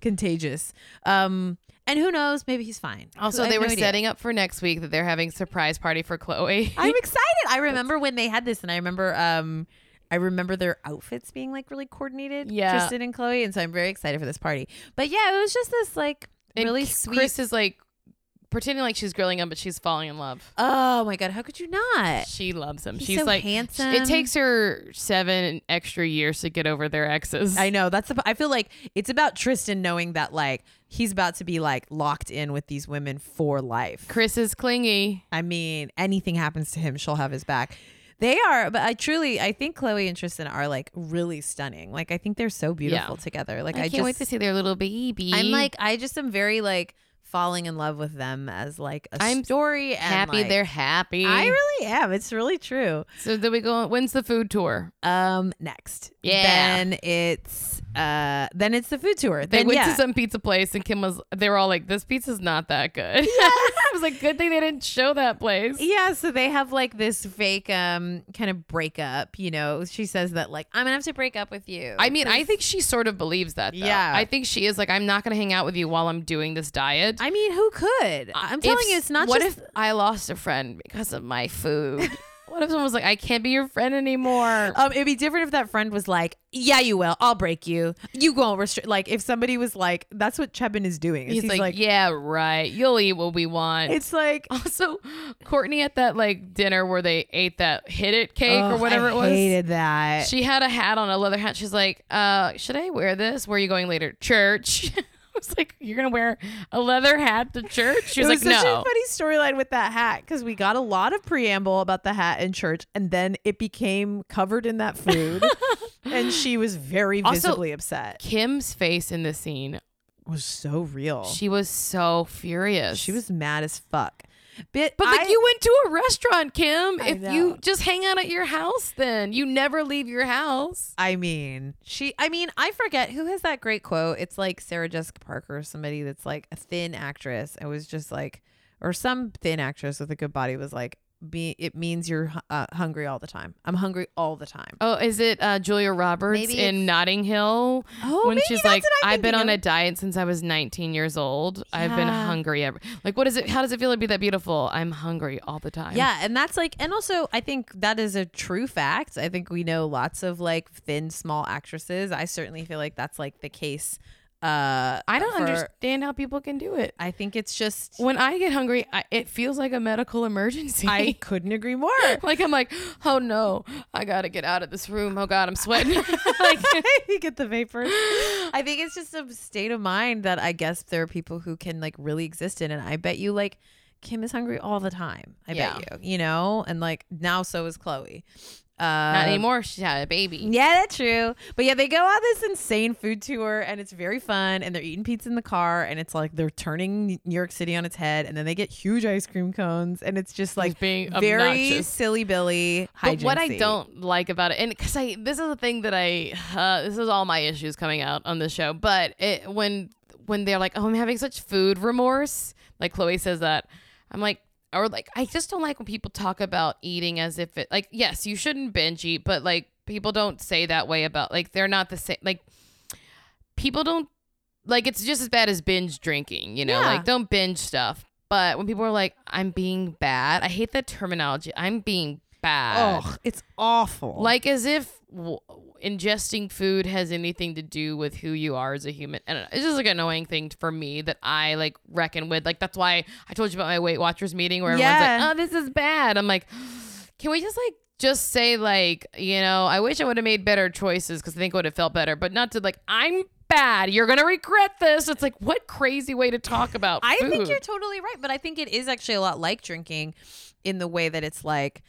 B: contagious um and who knows maybe he's fine
A: Also,
B: I have
A: they were
B: no idea.
A: setting up for next week that they're having surprise party for Chloe.
B: i'm excited i remember when they had this and i remember um I remember their outfits being like really coordinated,
A: Yeah.
B: Tristan and Chloe, and so I'm very excited for this party. But yeah, it was just this like
A: And
B: really
A: K-
B: sweet.
A: Chris is like pretending like she's grilling him, but she's falling in love.
B: oh my god, how could you not?
A: She loves him.
B: He's
A: she's
B: so
A: like
B: handsome.
A: It takes her seven extra years to get over their exes.
B: I know that's the. I feel like it's about Tristan knowing that like he's about to be like locked in with these women for life.
A: Chris is clingy.
B: I mean, anything happens to him, she'll have his back. They are, but I truly, I think Chloe and Tristan are like really stunning. Like, I think they're so beautiful together. Like, I,
A: I, can't
B: just,
A: wait to see their little baby.
B: I'm like, I just am very like falling in love with them as like a
A: I'm
B: story. And,
A: happy
B: like,
A: they're happy.
B: I really am. It's really true.
A: so then we go. When's the food tour?
B: Um, next,
A: Yeah.
B: Then it's uh, then it's the food tour.
A: They
B: then
A: went
B: yeah.
A: to some pizza place and Kim was. They were all like, "This pizza's not that good." I was like, "Good thing they didn't show that place."
B: Yeah, so they have like this fake um kind of breakup, you know. She says that like I'm gonna have to break up with you.
A: I mean, I think she sort of believes that. Though.
B: Yeah.
A: I think she is like, I'm not going to hang out with you while I'm doing this diet.
B: I mean, who could? I'm
A: Uh, If-
B: telling you, it's not
A: What
B: just.
A: if I lost a friend because of my food? what if someone was like, I can't be your friend anymore?
B: um, it'd be different if that friend was like, "Yeah, you will. I'll break you. You won't restrict." Like if somebody was like, "That's what Chebin is doing." is
A: He's, like, yeah, right. You'll eat what we want.
B: It's like
A: also, Courtney at that like dinner where they ate that hit it cake or
B: Ugh,
A: whatever
B: I
A: it was.
B: Hated that.
A: She had a hat on, a leather hat. She's like, uh, should I wear this? Where are you going later? Church. I was like, you're gonna wear a leather hat to church? She was,
B: it was
A: like,
B: such
A: no.
B: a funny storyline with that hat because we got a lot of preamble about the hat in church, and then it became covered in that food, and she was very
A: Also-
B: visibly upset.
A: Kim's face in the scene,
B: It was so real. She,
A: she was so furious.
B: Oh. was mad as fuck. But,
A: But like
B: I-
A: you went to a restaurant, Kim.
B: I
A: if
B: know.
A: you just hang out at your house, then you never leave your house.
B: I mean, she. I mean, I forget who has that great quote. It's like Sarah Jessica Parker, or somebody that's like a thin actress. It was just like, or some thin actress with a good body was like, "Be it means you're hu- uh, hungry all the time. I'm hungry all the time."
A: Oh, is it uh, Julia Roberts
B: Maybe
A: in
B: it's-
A: Notting Hill
B: Oh,
A: when
B: maybe
A: she's
B: that's
A: like,
B: what I'm
A: "I've been on
B: thinking
A: a
B: of."
A: diet since I was 19 years old. I've been
B: Yeah.
A: hungry ever." Like, what is it? How does it feel to be that beautiful? I'm hungry all the time.
B: Yeah, and that's like, and also I think that is a true fact. I think we know lots of like thin, small actresses. I certainly feel like that's like the case. Uh,
A: I don't
B: for-
A: understand how people can do it.
B: I think it's just.
A: When I get hungry, I, it feels like a medical emergency.
B: I couldn't agree more.
A: like I'm like, oh no, I gotta get out of this room. Oh god, I'm sweating. like,
B: you get the vapors. I think it's just a state of mind that I guess there are people who can like really exist in. And I bet you like Kim is hungry all the time. I
A: Yeah.
B: bet you, you know, and like now so is Chloe. Uh,
A: not anymore. She had a baby.
B: Yeah, that's true. But yeah, they go on this insane food tour and it's very fun and they're eating pizza in the car and it's like they're turning New York City on its head and then they get huge ice cream cones and it's just like
A: being
B: very
A: obnoxious.
B: silly billy.
A: But what I
B: hijinksy.
A: don't like about it, and because I this is the thing that I uh, this is all my issues coming out on this show. But it, when when they're like, oh, I'm having such food remorse, like Chloe says that, I'm like, or like I just don't like when people talk about eating as if it like yes, you shouldn't binge eat, but like people don't say that way about like they're not the same like people don't like it's just as bad as binge drinking, you know?
B: Yeah.
A: Like don't binge stuff. But when people are like, I'm being bad, I hate that terminology. I'm being bad.
D: Ugh, it's awful.
A: Like as if w- ingesting food has anything to do with who you are as a human. I don't know. It's just like an annoying thing for me that I like reckon with. Like that's why I told you about my Weight Watchers meeting where everyone's
B: Yeah.
A: like, "Oh, this is bad." I'm like, "Can we just like just say like, you know, I wish I would have made better choices because I think it would have felt better, but not to like I'm bad. You're gonna regret this." It's like what crazy way to talk about.
B: I think
A: food.
B: you're totally right, but I think it is actually a lot like drinking in the way that it's like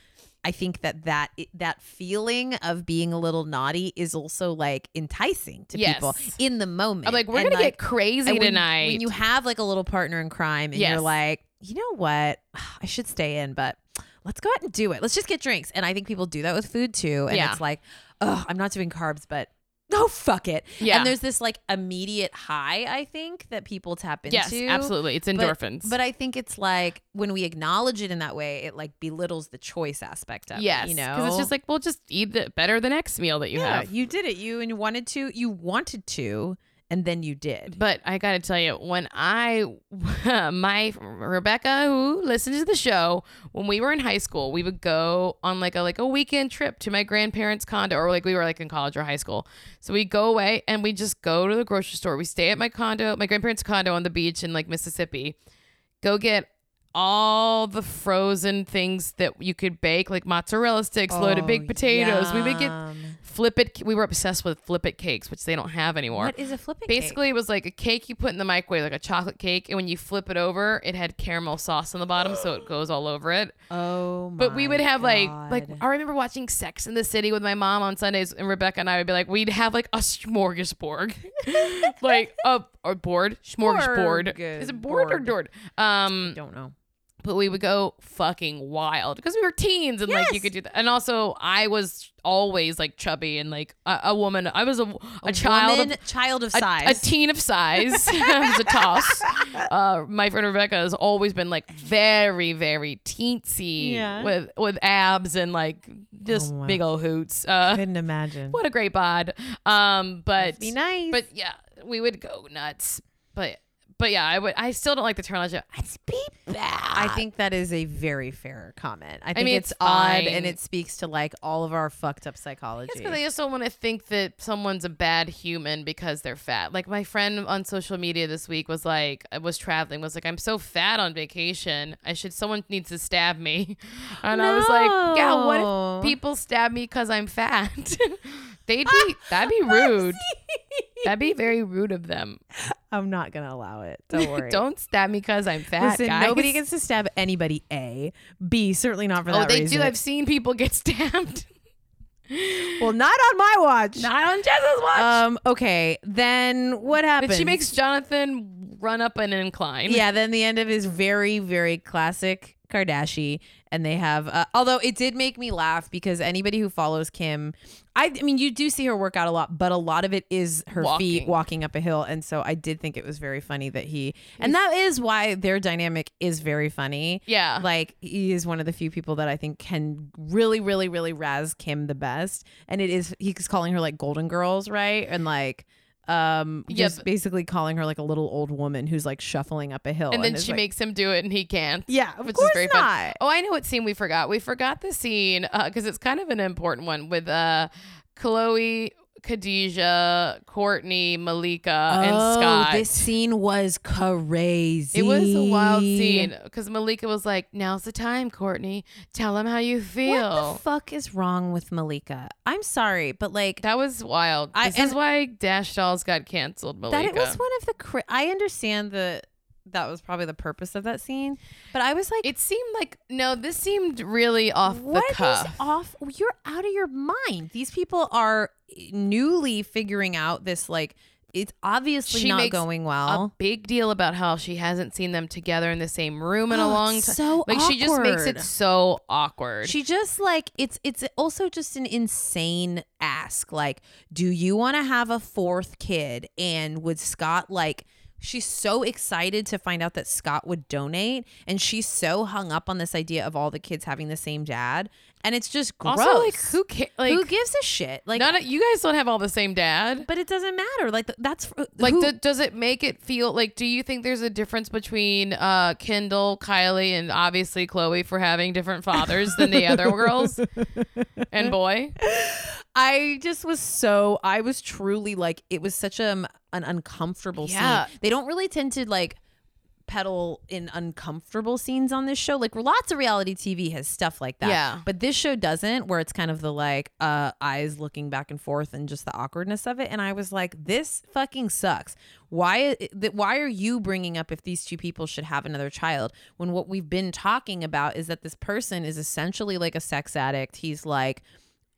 B: I think that that that feeling of being a little naughty is also like enticing to
A: Yes.
B: people in the moment.
A: I'm like we're
B: And,
A: gonna get
B: like,
A: crazy
B: and when-
A: tonight.
B: When you have like a little partner in crime and
A: Yes.
B: you're like, you know what? I should stay in, but let's go out and do it. Let's just get drinks. And I think people do that with food too. And
A: Yeah.
B: it's like, oh, I'm not doing carbs, but no, fuck it.
A: Yeah.
B: And there's this like immediate high, I think, that people tap into.
A: yes, absolutely. It's endorphins.
B: But I think it's like when we acknowledge it in that way, it like belittles the choice aspect of
A: Yes,
B: it. You know?
A: because it's just like, well, just eat the better the next meal that you
B: yeah,
A: have.
B: you did it. You and you wanted to, you wanted to, and then you did.
A: But I gotta tell you, when I, my Rebecca, who listened to the show, when we were in high school, we would go on like a like a weekend trip to my grandparents' condo, or like we were like in college or high school. So we go away and we just go to the grocery store. We stay at my condo, my grandparents' condo on the beach in like Mississippi. Go get all the frozen things that you could bake, like mozzarella sticks,
B: Oh,
A: loaded baked potatoes. We would get flip it we were obsessed with flip it cakes which they don't have anymore
B: What is a flipping
A: basically it was like a cake you put in the microwave like a chocolate cake and when you flip it over it had caramel sauce on the bottom so it goes all over it
B: Oh, my
A: but we would have
B: God.
A: like like I remember watching Sex in the City with my mom on Sundays, and Rebecca and I would be like, we'd have like a smorgasbord, like a, a board, smorgasbord.
B: Smorg-
A: Is it board or
B: board.
A: board? Um,
B: don't know.
A: but we would go fucking wild because we were teens and like you
B: Yes.
A: could do that. And also, I was always like chubby and like a, a woman. I was a, a, child
B: Woman,
A: of.
B: child of
A: A,
B: size.
A: a teen of size. I was a toss. Uh, my friend Rebecca has always been like very, very teensy
B: Yeah.
A: with with abs and like just
B: Oh, wow.
A: big old hoots. Uh,
B: couldn't imagine.
A: what a great bod. Um, but
B: Be nice.
A: but yeah, we would go nuts. But but yeah, I would. I still don't like the terminology. I'd be bad.
B: I think that is a very fair comment. I think
A: mean,
B: it's,
A: it's
B: odd
A: fine.
B: and it speaks to like all of our fucked up psychology.
A: It's because I just don't want to think that someone's a bad human because they're fat. Like my friend on social media this week was like, I was traveling, was like, I'm so fat on vacation. I should. Someone needs to stab me. And I was like, Yeah, what
B: No.
A: if people stab me because I'm fat? They'd be that'd be rude. that'd be very rude of them.
B: I'm not gonna allow it. Don't worry.
A: don't stab me because I'm fat,
B: Listen,
A: guys.
B: nobody gets to stab anybody. A, B, certainly not for
A: oh,
B: that
A: they
B: reason.
A: do. I've seen people get stabbed.
B: well, not on my watch.
A: Not on Jess's watch.
B: um. Okay. Then what happens?
A: Uh, and she makes Jonathan run up an incline.
B: yeah, then the end of is very, very classic Kardashian, and they have. Uh, although it did make me laugh because anybody who follows Kim, I, I mean, you do see her work out a lot, but a lot of it is her feet
A: Walking.
B: walking up a hill, and so I did think it was very funny that he, and that is why their dynamic is very funny.
A: Yeah.
B: Like he is one of the few people that I think can really, really, really razz Kim the best, and it is he's calling her like Golden Girls, right? And like. Um,
A: Yeah,
B: just
A: but-
B: basically calling her like a little old woman who's like shuffling up a hill,
A: and then
B: is
A: she
B: like-
A: makes him do it and he can't.
B: yeah, of
A: which
B: course
A: is very fun.
B: not.
A: Oh, I know what scene we forgot. We forgot the scene because it's kind of an important one with uh, Chloe, Khadijah, Courtney, Malika, Uh, and Scott.
B: Oh, this scene was crazy.
A: it was a wild scene because Malika was like, "Now's the time, Courtney. Tell them how you feel."
B: What the fuck is wrong with Malika? I'm sorry, but like
A: that was wild.
B: I-
A: this is
B: and-
A: why Dash Dolls got canceled. Malika.
B: that it was one of the. Cra- I understand the that was probably the purpose of that scene, but I was like,
A: It seemed like no. This seemed really off
B: what
A: the
B: is
A: cuff.
B: off? You're out of your mind. These people are eh, newly figuring out this like. It's obviously
A: She
B: not
A: makes
B: going
A: a
B: well.
A: big deal about how she hasn't seen them together in the same room in a
B: Oh,
A: long
B: it's
A: time.
B: So
A: Like she just makes it
B: awkward.
A: so awkward.
B: She just like it's it's also just an insane ask. Like, do you want to have a fourth kid? And would Scott like she's so excited to find out that Scott would donate and she's so hung up on this idea of all the kids having the same dad and it's just gross.
A: Also, like who cares? Like
B: who gives a shit? Like
A: none of, you guys don't have all the same dad.
B: but it doesn't matter. Like th- that's uh,
A: Like,
B: who-
A: th- does it make it feel like? Do you think there's a difference between uh, Kendall, Kylie, and obviously Chloe for having different fathers than the other girls and boy?
B: I just was so I was truly like it was such a an uncomfortable
A: Yeah.
B: scene. They don't really tend to like peddle in uncomfortable scenes on this show. Like lots of reality TV has stuff like that.
A: Yeah.
B: But this show doesn't where it's kind of the like uh eyes looking back and forth and just the awkwardness of it and I was like this fucking sucks. Why that why are you bringing up if these two people should have another child when what we've been talking about is that this person is essentially like a sex addict. He's like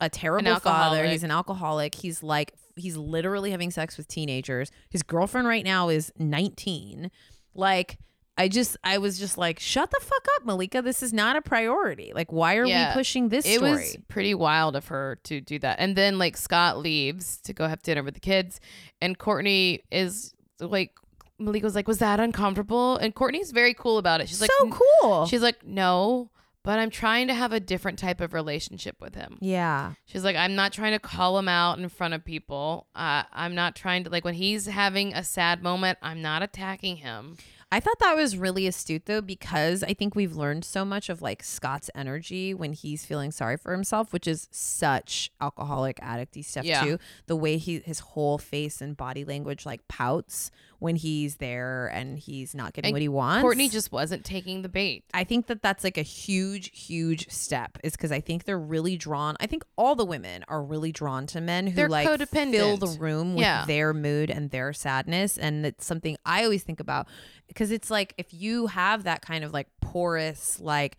B: a terrible father.
A: alcoholic.
B: He's an alcoholic. He's like he's literally having sex with teenagers. His girlfriend right now is 19. Like I just I was just like shut the fuck up, Malika. This is not a priority. Like why are
A: Yeah.
B: we pushing this
A: It
B: story?
A: was pretty wild of her to do that. And then like Scott leaves to go have dinner with the kids, and Courtney is like. Malika was like, "Was that uncomfortable?" And Courtney's very cool about it. She's like,
B: so
A: "N-
B: cool.
A: She's like, no, but I'm trying to have a different type of relationship with him.
B: yeah.
A: She's like, I'm not trying to call him out in front of people. Uh, I'm not trying to, like, when he's having a sad moment, I'm not attacking him.
B: I thought that was really astute though, because I think we've learned so much of like Scott's energy when he's feeling sorry for himself, which is such alcoholic addicty stuff
A: Yeah.
B: too. The way he his whole face and body language like pouts when he's there and he's not getting
A: And
B: what he wants.
A: Courtney just wasn't taking the bait.
B: I think that that's like a huge, huge step is because I think they're really drawn. I think all the women are really drawn to men who
A: They're
B: like fill the
A: codependent.
B: room with
A: Yeah.
B: their mood and their sadness. And it's something I always think about because it's like if you have that kind of like porous, like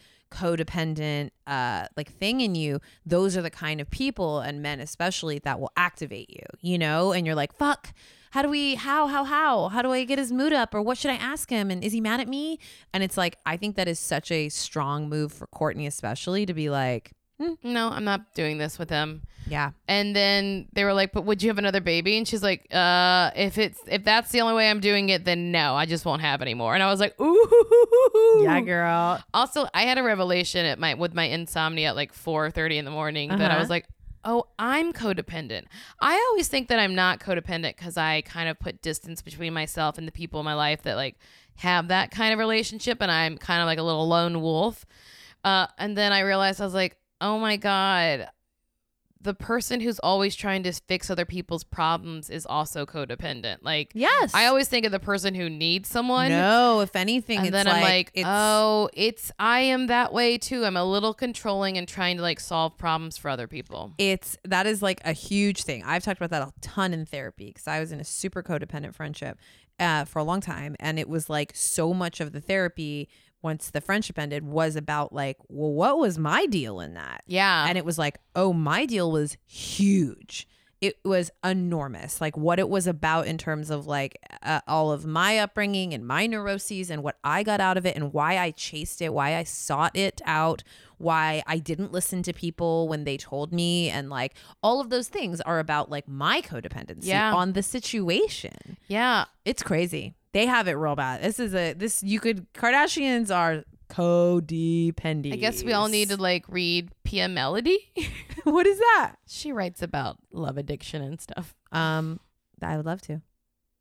B: codependent uh like thing in you those are the kind of people and men especially that will activate you you know and you're like fuck how do we how how how how do i get his mood up or what should i ask him and is he mad at me and it's like i think that is such a strong move for courtney especially to be like
A: No, I'm not doing this with him.
B: yeah
A: And then they were like, but would you have another baby? And she's like, uh, if it's, if that's the only way I'm doing it, then no, I just won't have anymore. And I was like, ooh.
B: girl
A: Also, I had a revelation at my with my insomnia at like four thirty in the morning that I
B: Uh-huh.
A: was like, "Oh, I'm codependent." I always think that I'm not codependent because I kind of put distance between myself and the people in my life that like have that kind of relationship, and I'm kind of like a little lone wolf. Uh, and then I realized I was like, "Oh my god." The person who's always trying to fix other people's problems is also codependent. Like,
B: yes
A: I always think of the person who needs someone
B: no if anything
A: and
B: it's
A: then
B: like,
A: I'm like,
B: it's
A: oh, it's I am that way too. I'm a little controlling and trying to like solve problems for other people.
B: it's that is like a huge thing. I've talked about that a ton in therapy because I was in a super codependent friendship uh, for a long time, and it was like so much of the therapy once the friendship ended was about like, well, what was my deal in that?
A: Yeah,
B: and it was like, oh, my deal was huge. It was enormous, like what it was about in terms of like uh, all of my upbringing and my neuroses and what I got out of it and why I chased it, why I sought it out, why I didn't listen to people when they told me. And like all of those things are about like my codependency
A: Yeah.
B: on the situation.
A: yeah.
B: It's crazy. They have it real bad. This is a, this, you could, Kardashians are codependent.
A: I guess we all need to like read Pia Melody.
B: what is that?
A: she writes about love addiction and stuff.
B: Um, I would love to.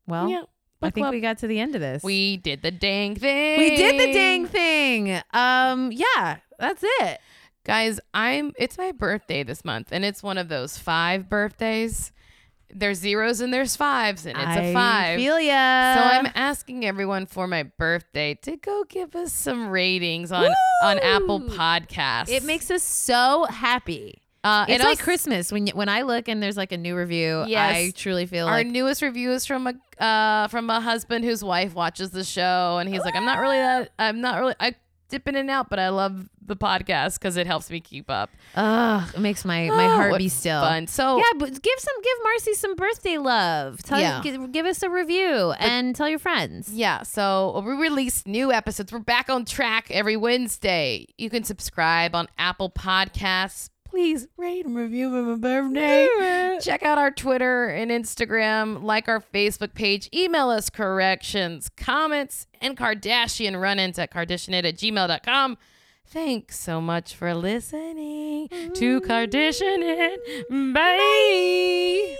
B: Well,
A: yeah,
B: I
A: book
B: think
A: club.
B: we got to the end of this.
A: we did the dang thing.
B: we did the dang thing. Um, yeah, that's it.
A: guys. I'm. It's my birthday this month, and it's one of those five birthdays. There's zeros and there's fives, and it's a
B: I
A: five.
B: Feel ya. So
A: So I'm asking everyone for my birthday to go give us some ratings on on Apple
B: Woo!
A: Podcasts.
B: It makes us so happy.
A: uh,
B: It's
A: it
B: like
A: also-
B: Christmas when y- when I look and there's like a new review.
A: Yes.
B: I truly feel
A: Our
B: like
A: newest review is from a uh, from a husband whose wife watches the show, and he's like, "I'm not really that. I'm not really. I dip in and out, but I love the podcast because it helps me keep up.
B: ugh, it makes my my
A: Oh,
B: heart
A: what
B: be still.
A: Fun. So
B: Yeah, but give some give Marcy some birthday love. Tell
A: Yeah.
B: give, give us a review and tell your friends.
A: Yeah, so we release new episodes. We're back on track every Wednesday. You can subscribe on Apple Podcasts, please rate and review for my birthday. Check out our Twitter and Instagram, like our Facebook page, email us corrections, comments, and Kardashian run ins at Kardashianate at gmail.com. Thanks so much for listening to Kardashian It. Bye.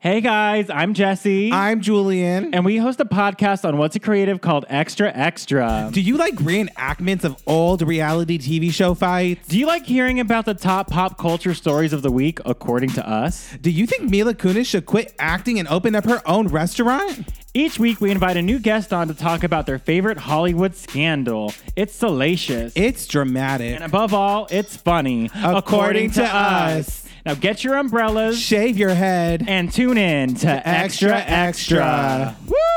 E: Hey guys, I'm Jesse.
F: I'm Julian.
E: and we host a podcast on What's a Creative called Extra Extra.
F: Do you like reenactments of old reality TV show fights?
E: Do you like hearing about the top pop culture stories of the week according to us?
F: Do you think Mila Kunis should quit acting and open up her own restaurant?
E: Each week, we invite a new guest on to talk about their favorite Hollywood scandal. It's salacious.
F: It's dramatic.
E: and above all, it's funny. According,
F: to us.
E: Now get your umbrellas
F: Shave your head.
E: and tune in to
F: Extra,
E: Extra.
F: extra.
E: Woo!